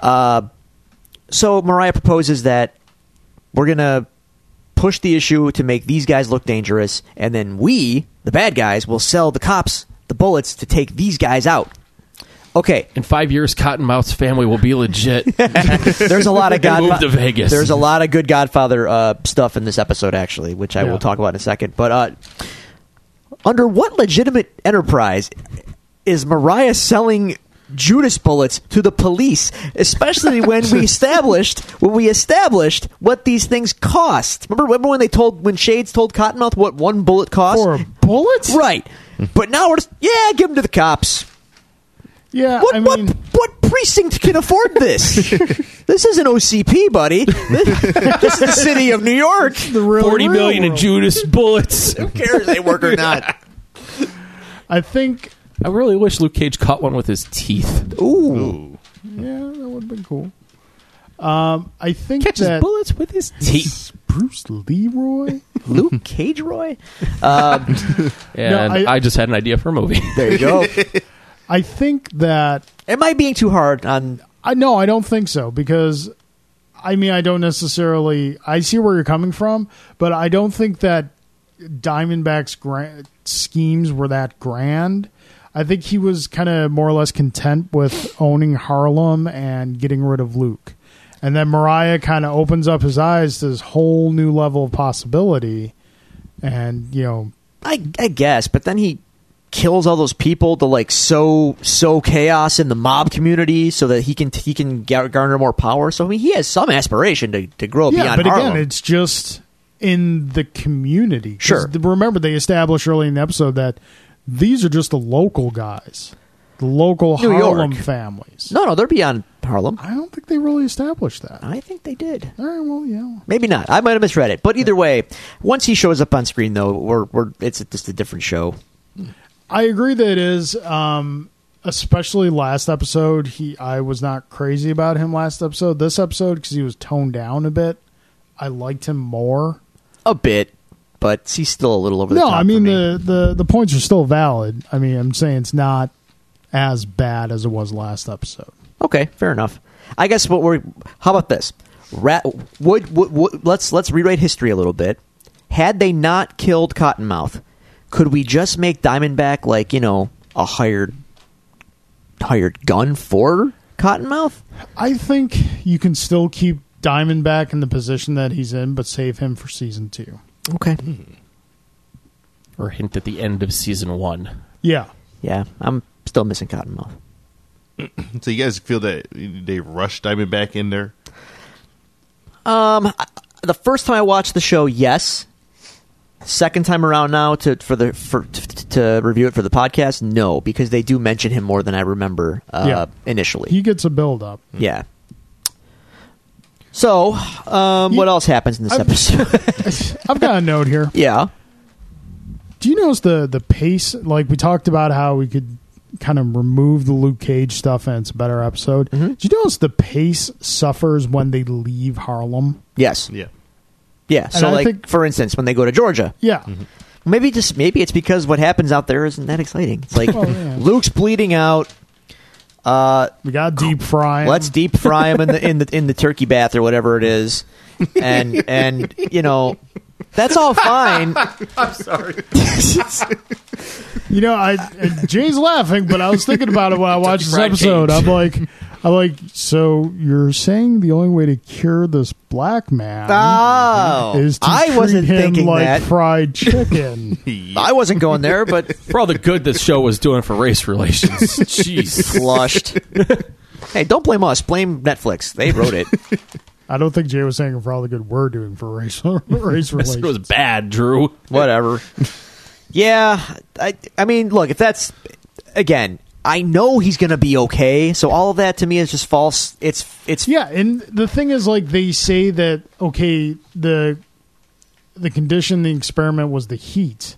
Uh, so Mariah proposes that we're gonna push the issue to make these guys look dangerous, and then we, the bad guys will sell the cops the bullets to take these guys out. Okay,
In five years, Cottonmouth's family will be legit.
there's a lot of
And
Godfa-
move to Vegas.
There's a lot of good Godfather uh, stuff in this episode, actually, which I
Yeah.
will talk about in a second. But uh, under what legitimate enterprise is Mariah selling Judas bullets to the police? Especially when we established when we established what these things cost. Remember, remember when they told when Shades told Cottonmouth what one bullet cost?
Or bullets?
Right.
Mm-hmm.
But now we're just, yeah, give them to the cops.
Yeah,
What,
I mean,
what what precinct can afford this? this isn't OCP, buddy. This, this is the city of New York.
the real,
Forty
real
million in
world.
Judas bullets.
Who cares if they work or not?
I think.
I really wish Luke Cage caught one with his teeth.
Ooh,
Yeah, that would have been cool. Um, I think
Catches
that
bullets with his teeth.
Bruce Leroy.
Luke Cage Roy.
And
No, I-
I, just had an idea for a movie.
There you go.
I think that
Am I being too hard on?
I no, I don't think so because I mean I don't necessarily I see where you're coming from, but I don't think that Diamondback's grand, schemes were that grand. I think he was kind of more or less content with owning Harlem and getting rid of Luke. And then Mariah kind of opens up his eyes to this whole new level of possibility. And, you know,
I I guess, but then he kills all those people to like sow sow chaos in the mob community so that he can he can gar- garner more power. So I mean, he has some aspiration to to grow beyond
but
Harlem.
again, it's just in the community. 'Cause
Sure.
th- Remember, they established early in the episode that these are just the local guys, the local
New
Harlem
York.
families.
no, no, they're beyond Harlem.
I don't think they really established that.
I think they did.
All right, well, yeah.
Maybe not. I might have misread it. But either way, once he shows up on screen, though, we're, we're it's just a different show.
I agree that it is. Um, especially last episode, he I was not crazy about him last episode. This episode because he was toned down a bit. I liked him more.
A bit, but he's still a little over the
No,
top.
I
for
mean
me.
the, the the points are still valid. I mean, I'm saying it's not as bad as it was last episode.
okay, fair enough. I guess what we're how about this? Rat, would, would, would let's let's rewrite history a little bit. Had they not killed Cottonmouth, could we just make Diamondback like you know a hired hired gun for Cottonmouth?
I think you can still keep Diamondback in the position that he's in, but save him for season two.
Okay,
Hmm.
or hint at the end of season one.
Yeah,
yeah, I'm still missing Cottonmouth.
So you guys feel that they rushed Diamond back in there?
the first time I watched the show, yes. Second time around now to for the for to, to review it for the podcast, no, because they do mention him more than I remember uh,
Yeah.
initially.
he gets a build up.
yeah. So, um, what
You-
else happens in this
I've-
episode?
I've got a note here.
yeah.
Do you notice the the pace? Like we talked about how we could kind of remove the Luke Cage stuff and it's a better episode.
Mm-hmm.
Do you notice the pace suffers when they leave Harlem?
Yes.
Yeah.
Yeah. So,
I
like
think-
for instance, when they go to Georgia,
Yeah,
maybe just maybe it's because what happens out there isn't that exciting. It's like
Well, yeah.
Luke's bleeding out.
we got deep frying.
Let's deep fry him in the in the in the turkey bath or whatever it is, and and you know that's all fine.
You know, I and Jay's laughing, but I was thinking about it when I watched this
Fried
episode. I'm
James.
like, I'm like, so you're saying the only way to cure this black man
Oh,
is to
I
treat
wasn't
him
thinking
like
that.
fried chicken?
I wasn't going there, but
For all the good this show was doing for race relations, jeez.
flushed. hey, don't blame us. Blame Netflix. They wrote it.
I don't think Jay was saying it for all the good we're doing for racial race
This
relations.
was bad, Drew.
Whatever. Yeah, I I mean, look, if that's again, I know he's going to be okay. So all of that to me is just false. It's it's
Yeah, and the thing is, like, they say that okay, the the condition, the experiment was the heat.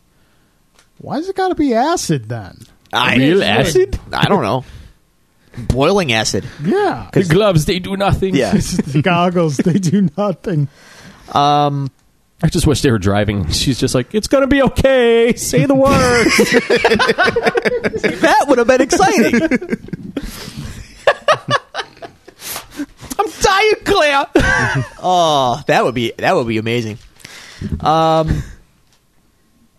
Why's it got to be acid then?
I,
Real acid?
I don't know. Boiling acid.
Yeah,
The gloves, they do nothing.
Yeah.
the goggles they do nothing.
I just wish they were driving. She's just like, it's going to be okay. Say the word.
That would have been exciting. I'm dying, Claire. oh, that would be that would be amazing. Um,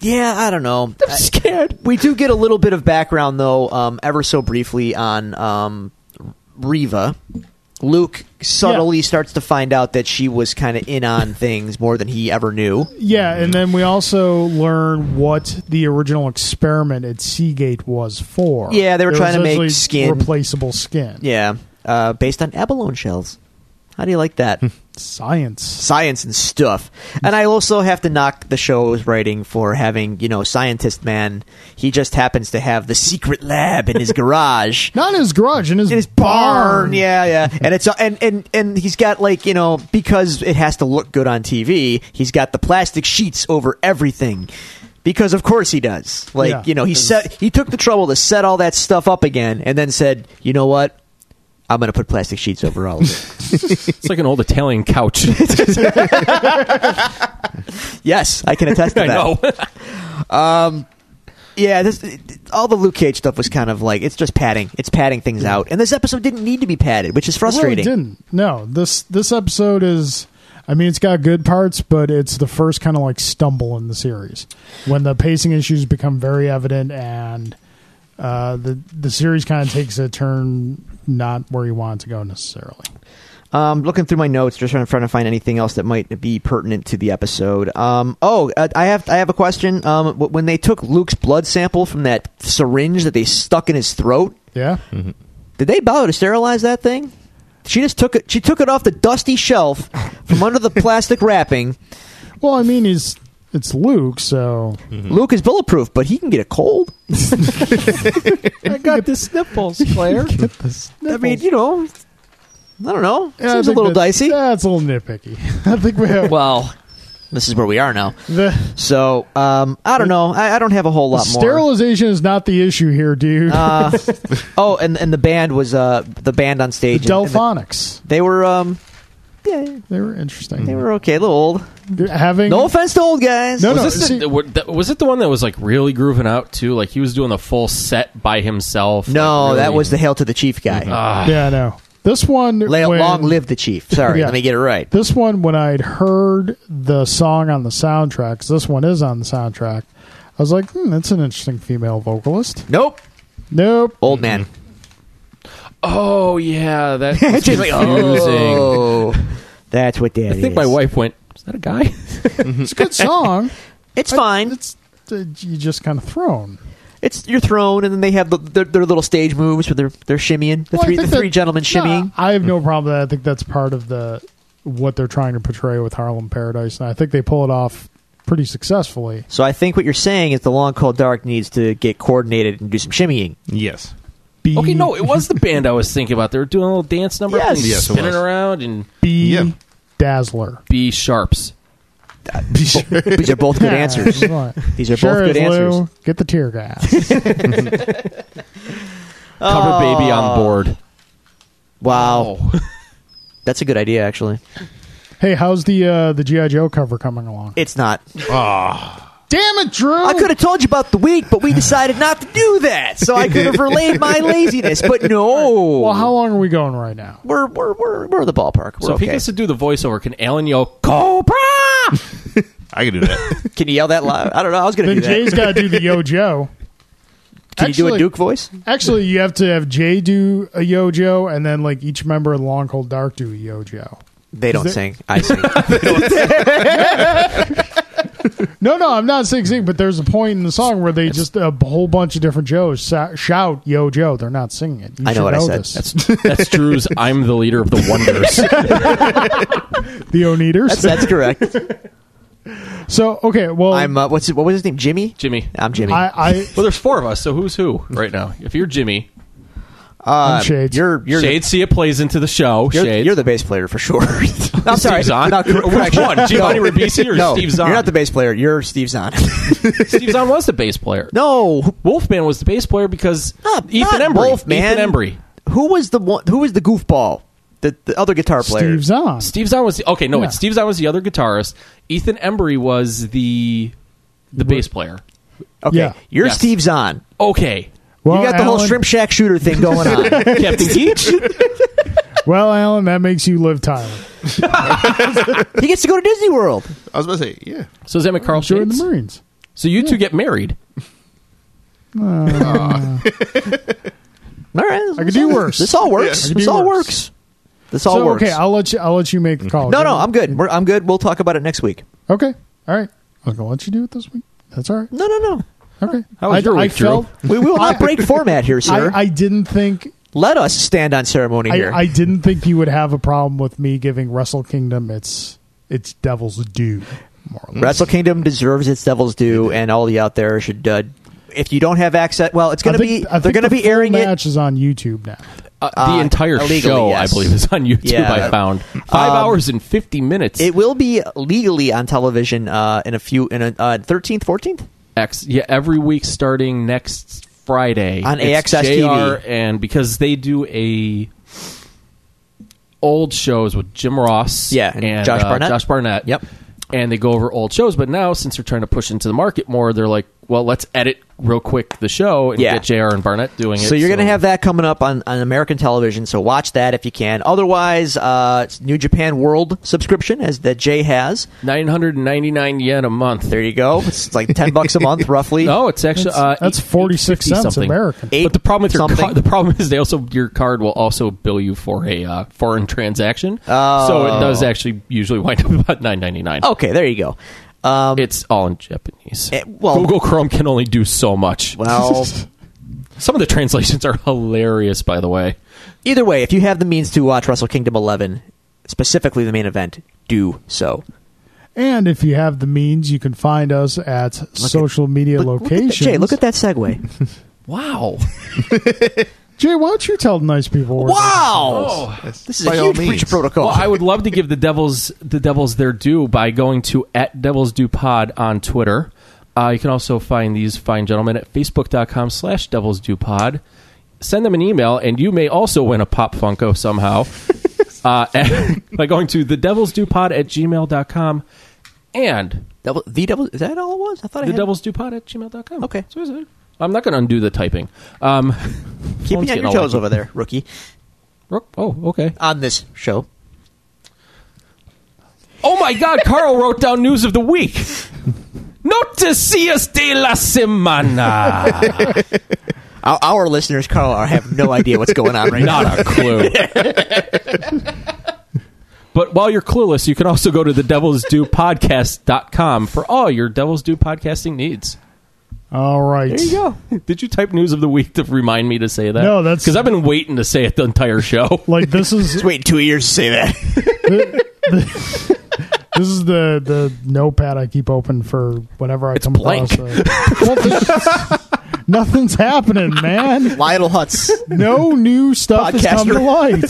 Yeah, I don't know. I-
scared.
we do get a little bit of background though, um, ever so briefly on um, Riva. Luke subtly starts to find out that she was kind of in on things more than he ever knew.
Yeah, and then we also learn what the original experiment at Seagate was for.
Yeah, they
It
were
was
trying to make
essentially
skin-
replaceable skin.
Yeah, uh, based on abalone shells. How do you like that?
Science.
science and stuff. And I also have to knock the show's writing for having, you know, scientist man. He just happens to have the secret lab in his garage.
Not in his garage, in his,
In his
barn.
barn, yeah, yeah, and it's uh, and and and he's got like you know because it has to look good on TV. He's got the plastic sheets over everything because of course he does. Like
Yeah.
you know he set he took the trouble to set all that stuff up again, and then said, you know what, I'm gonna put plastic sheets over all of it.
It's like an old Italian couch.
Yes, I can attest to
I
that.
know.
Yeah, this all the Luke Cage stuff was kind of like it's just padding. It's padding things out, and this episode didn't need to be padded, which is frustrating.
Really didn't. No, this this episode is. I mean, it's got good parts, but it's the first kind of like stumble in the series when the pacing issues become very evident and uh, the the series kind of takes a turn not where you want it to go necessarily.
Um, looking through my notes, just trying to find anything else that might be pertinent to the episode. Um, oh, uh, I have I have a question. Um, wh- when they took Luke's blood sample from that syringe that they stuck in his throat,
Yeah,
did they bother to sterilize that thing? She just took it. She took it off the dusty shelf from under the plastic wrapping.
Well, I mean, he's it's Luke, so
Mm-hmm.
Luke is bulletproof, but he can get a cold.
I got the sniffles, Claire.
I mean, you know, I don't know.
Yeah, I
Seems a
think
little
that-
dicey.
That's a little nitpicky. I think we have
Well, this is where we are now.
the,
So um, I don't know. I, I don't have a whole lot more.
sterilization is not the issue here, dude.
Uh, oh, and and the band was uh the band on stage. and- and the-
Delphonics.
they were um yeah
They were interesting.
they were okay. A little old.
having
No offense to old guys.
Mm-hmm. No,
Was,
no,
this
see-
the, were- that- was it the one that was like really grooving out too? Like he was doing the full set by himself.
No,
like, really-
that was the hail to the chief guy.
Ah. Yeah, no. This one
La-
when-
long live the chief. Sorry,
Yeah.
let me get it right.
This one, when I'd heard the song on the soundtrack, 'cause this one is on the soundtrack, I was like, hmm, that's an interesting female vocalist.
Nope,
Nope.
old man.
Oh yeah, that was
She's like,
confusing.
oh, that's what that
I think my wife went. Is that a guy?
It's a good song.
It's
I-
fine.
It's uh, you just kind of thrown.
It's your throne, and then they have the, their, their little stage moves with their their shimmying. The
Well, I
three the
think that-
three gentlemen shimmying.
Nah, I have no problem with that. I think that's part of the what they're trying to portray with Harlem Paradise, and I think they pull it off pretty successfully.
So I think what you're saying is the Long Cold Dark needs to get coordinated and do some shimmying.
Yes.
B,
okay, no, it was the band I was thinking about. They were doing a little dance number,
Yes.
and
Yes, it
spinning
was.
around and
B
Yeah.
Dazzler.
B sharps.
Be sure.
These are both good answers. These are
sure
both good
is, Lou.
answers.
Get the tear gas.
Cover
Oh.
baby on board.
Wow, that's a good idea, actually.
hey, how's the uh, the GI Joe cover coming along?
It's not.
Damn it, Drew!
I could have told you about the week, but we decided not to do that, so I could have relayed my laziness. But no,
Well, how long are we going right now?
we're we're we're we're the ballpark. We're
So if he
okay.
gets to do the voiceover, can Alan yell Cobra?
I can do that.
Can you yell that loud? I don't know. I was going to do
Then Jay's
that.
got to do the Yo Joe.
Can you do a
actually-
Duke voice?
Actually, you have to have Jay do a Yo Joe, and then like each member of Long Cold Dark do a Yo Joe.
They don't
there-
sing. I sing.
No, no, I'm not saying sing, but there's a point in the song where they just a whole bunch of different Joes sa- shout "Yo Joe." They're not singing it. You
I know
should
what I said.
This.
That's that's Drew's. I'm the leader of the Wonders.
the Oneaters.
That's, that's correct.
so okay, well,
I'm uh, what's it, what was his name? Jimmy.
Jimmy.
I'm Jimmy.
I, I
Well, there's four of us, so who's who right now? If you're Jimmy,
I'm shades.
um, you're you're
Shade, see it plays into the show.
You're,
Shade,
you're the bass player for sure. I'm sorry.
Zahn?
No, cor-
Which
correction.
one? Giovanni
No.
Ribisi or
no,
Steve Zahn?
You're not the bass player. You're Steve Zahn.
Steve Zahn was the bass player.
no. who-
Wolfman was the bass player because
Not,
Ethan
not
Embry.
Wolf, man.
Ethan Embry.
Who was the one, who was the goofball? The, the other guitar player.
Steve Zahn.
Steve Zahn was the, okay. No,
Yeah.
it's Steve Zahn was the other guitarist. Ethan Embry was the the bass player.
Okay,
Yeah.
you're
Yes.
Steve Zahn.
Okay,
Well,
you got the whole
Alan-
shrimp shack shooter thing going on.
Captain Keach.
Well, Alan, that makes you live Tyler.
he gets to go to Disney World.
I was about to say, yeah.
So is that McCarl
Join
Shades?
the Marines.
So you two get married.
All right,
I could do worse.
This all works.
I could do
This all
worse.
works. This all
so
works.
okay, I'll let you. I'll let you make the call.
Mm-hmm. no, no, I'm good. We're, I'm good. We'll talk about it next week.
Okay, all right. I'm gonna let you do it this week. That's all right.
No, no, no.
Okay.
How was
I,
your
I
week, Drew?
felt.
We will not break format here, sir.
I, I didn't think.
Let us stand on ceremony
I,
here.
I didn't think you would have a problem with me giving Wrestle Kingdom its its Devil's due. More or less.
Wrestle Kingdom deserves its devil's due, and all the out there should. Uh, if you don't have access, well, it's
I
going to
think-
be.
I think
They're going to
the
be
full
airing it.
Match is on YouTube now.
Uh,
Uh,
the entire
illegally,
show,
yes.
I believe, is on YouTube.
Yeah. Um,
I found five hours and fifty minutes.
It will be legally on television uh, in a few in a uh, 13th, 14th.
X, yeah, every week starting next Friday
On
It's
AXS TV.
JR and because they do a old shows with Jim Ross,
Yeah, and
and,
Josh
uh,
Barnett.
Josh Barnett,
Yep.
and they go over old shows. But now, since they're trying to push into the market more, they're like, well, let's edit real quick the show and
Yeah.
get Jr. and Barnett doing it.
So you're going to have that coming up on, on American television. So watch that if you can. Otherwise, uh, it's New Japan World subscription as that Jay has.
999 yen a month.
There you go. It's like ten bucks a month, roughly.
No, it's actually
That's-
uh,
that's
eight-
46
50
cents
something.
American.
Eight
but the problem with your
something.
card, the problem is they also your card will also bill you for a uh, foreign transaction.
Oh.
So it does actually usually wind up about nine ninety nine.
Okay, there you go. Um,
It's all in Japanese.
Eh, well-
Google Chrome can only do so much.
well,
Some of the translations are hilarious, by the way.
either way, if you have the means to watch Wrestle Kingdom 11, specifically the main event, do so.
And if you have the means, you can find us at social media
Look- look at that-
locations.
Jay, look at that segue.
Wow.
Jay, why don't you tell the nice people? where-
wow! This is
By
a
all
huge
means.
breach of protocol.
Well, I would love to give the devils the devils their due by going to at devils do pod on Twitter. Uh, you can also find these fine gentlemen at facebook.com slash devils do pod. Send them an email, and you may also win a pop Funko somehow uh, at- by going to the devils do pod at gmail.com and
Double, the double, is that all it was? I thought I
the
had
devils do pod at gmail.com.
Okay.
So is it. I'm not going to undo the typing. Um,
Keep
phone's
me on
getting
your
all
toes
wacky.
over there, rookie,
Oh, okay.
on this show.
Oh my God, Carl wrote down news of the week. Noticias de la semana.
Our, our listeners, Carl, are- have no idea what's going on right now.
Not a clue. but while you're clueless, you can also go to the devil's do podcast.com for all your devil's do podcasting needs.
All right.
There you go. Did you type news of the week to remind me to say that?
No, that's-
because I've been waiting to say it the entire show.
Like this is
Just waiting two years to say that.
this is the the notepad I keep open for whenever I come
blank.
across. a- Well, there's- nothing's happening, man.
Lionel Hutz.
No new stuff has come to light.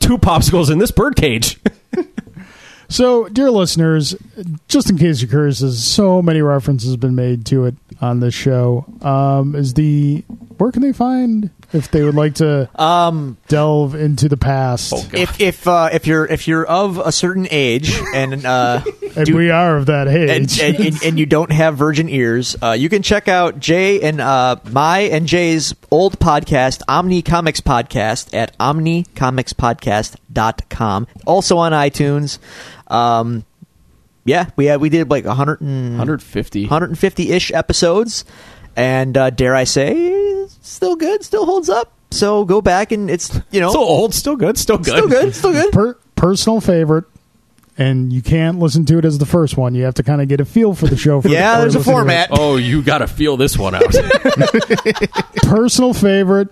Two popsicles in this bird cage.
So, dear listeners, just in case you're curious, as so many references have been made to it on this show, um, is the where can they find if they would like to
Um,
delve into the past?
if if uh, if you're if you're of a certain age and uh,
and we are of that
and,
age.
and, and, and you don't have virgin ears, uh, you can check out Jay and uh, my and Jay's old podcast, Omni Comics Podcast, at omnicomicspodcast.com. Also on iTunes. Um, yeah, we had, we did like 100 and,
150.
150-ish episodes. And uh, dare I say, still good, still holds up. So go back and it's, you know,
Still old, still good, Oh. still good.
still good, still good.
per- personal favorite, and you can't listen to it as the first one. You have to kind of get a feel for the show. For
Yeah,
before
there's
you
a
listen to it.
format.
Oh, you got to feel this one out.
Personal favorite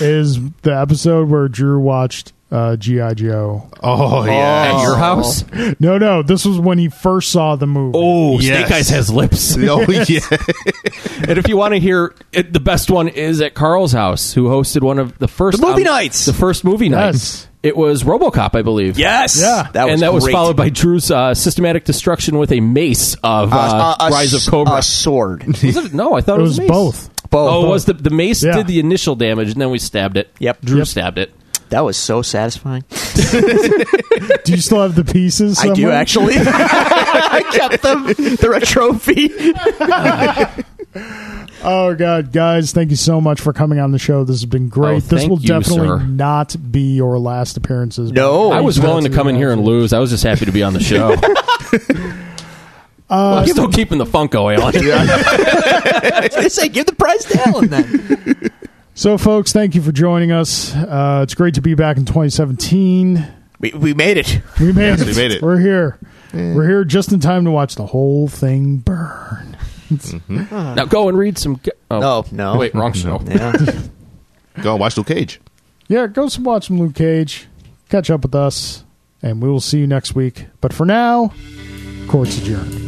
is the episode where Drew watched uh, GI Joe.
Oh, yeah.
At your house?
No, no, this was when he first saw the movie.
Oh,
Yes.
Snake Eyes has lips.
Oh, yeah.
and if you want to hear it, the best one is at Carl's house, who hosted one of the first
The movie nights.
The first movie
Yes.
nights. It was RoboCop, I believe.
Yes.
Yeah.
That was
and that was
great.
followed by Drew's uh, systematic destruction with a mace of uh,
a- a
Rise of
s-
Cobra.
A sword.
Was it- no, I thought it,
it was
mace.
both.
Both.
Oh, it was the the mace
Yeah.
did the initial damage, and then we stabbed it.
Yep.
Drew
Yep.
stabbed it.
That was so satisfying.
Do you still have the pieces?
I do
somewhere?
actually. I kept them. They're a trophy.
Oh god, guys, thank you so much for coming on the show. This has been great.
Oh,
this
thank
will
you,
definitely
sir.
not be your last appearances.
No.
I was
Thank you.
willing to come in here and lose. I was just happy to be on the show.
Uh,
I'm still keeping the Funko, Alan.
I was gonna say, give the prize to Alan then.
So, folks, thank you for joining us. Uh, it's great to be back in 2017.
we, we made it.
We made
Yes,
it.
we made it.
We're here. We're here just in time to watch the whole thing burn.
now go and read some. Ga- oh,
No, no.
Wait, wrong show.
Yeah.
Go and watch Luke Cage.
Yeah, go s- watch some Luke Cage. Catch up with us, and we will see you next week. But for now, court's adjourned.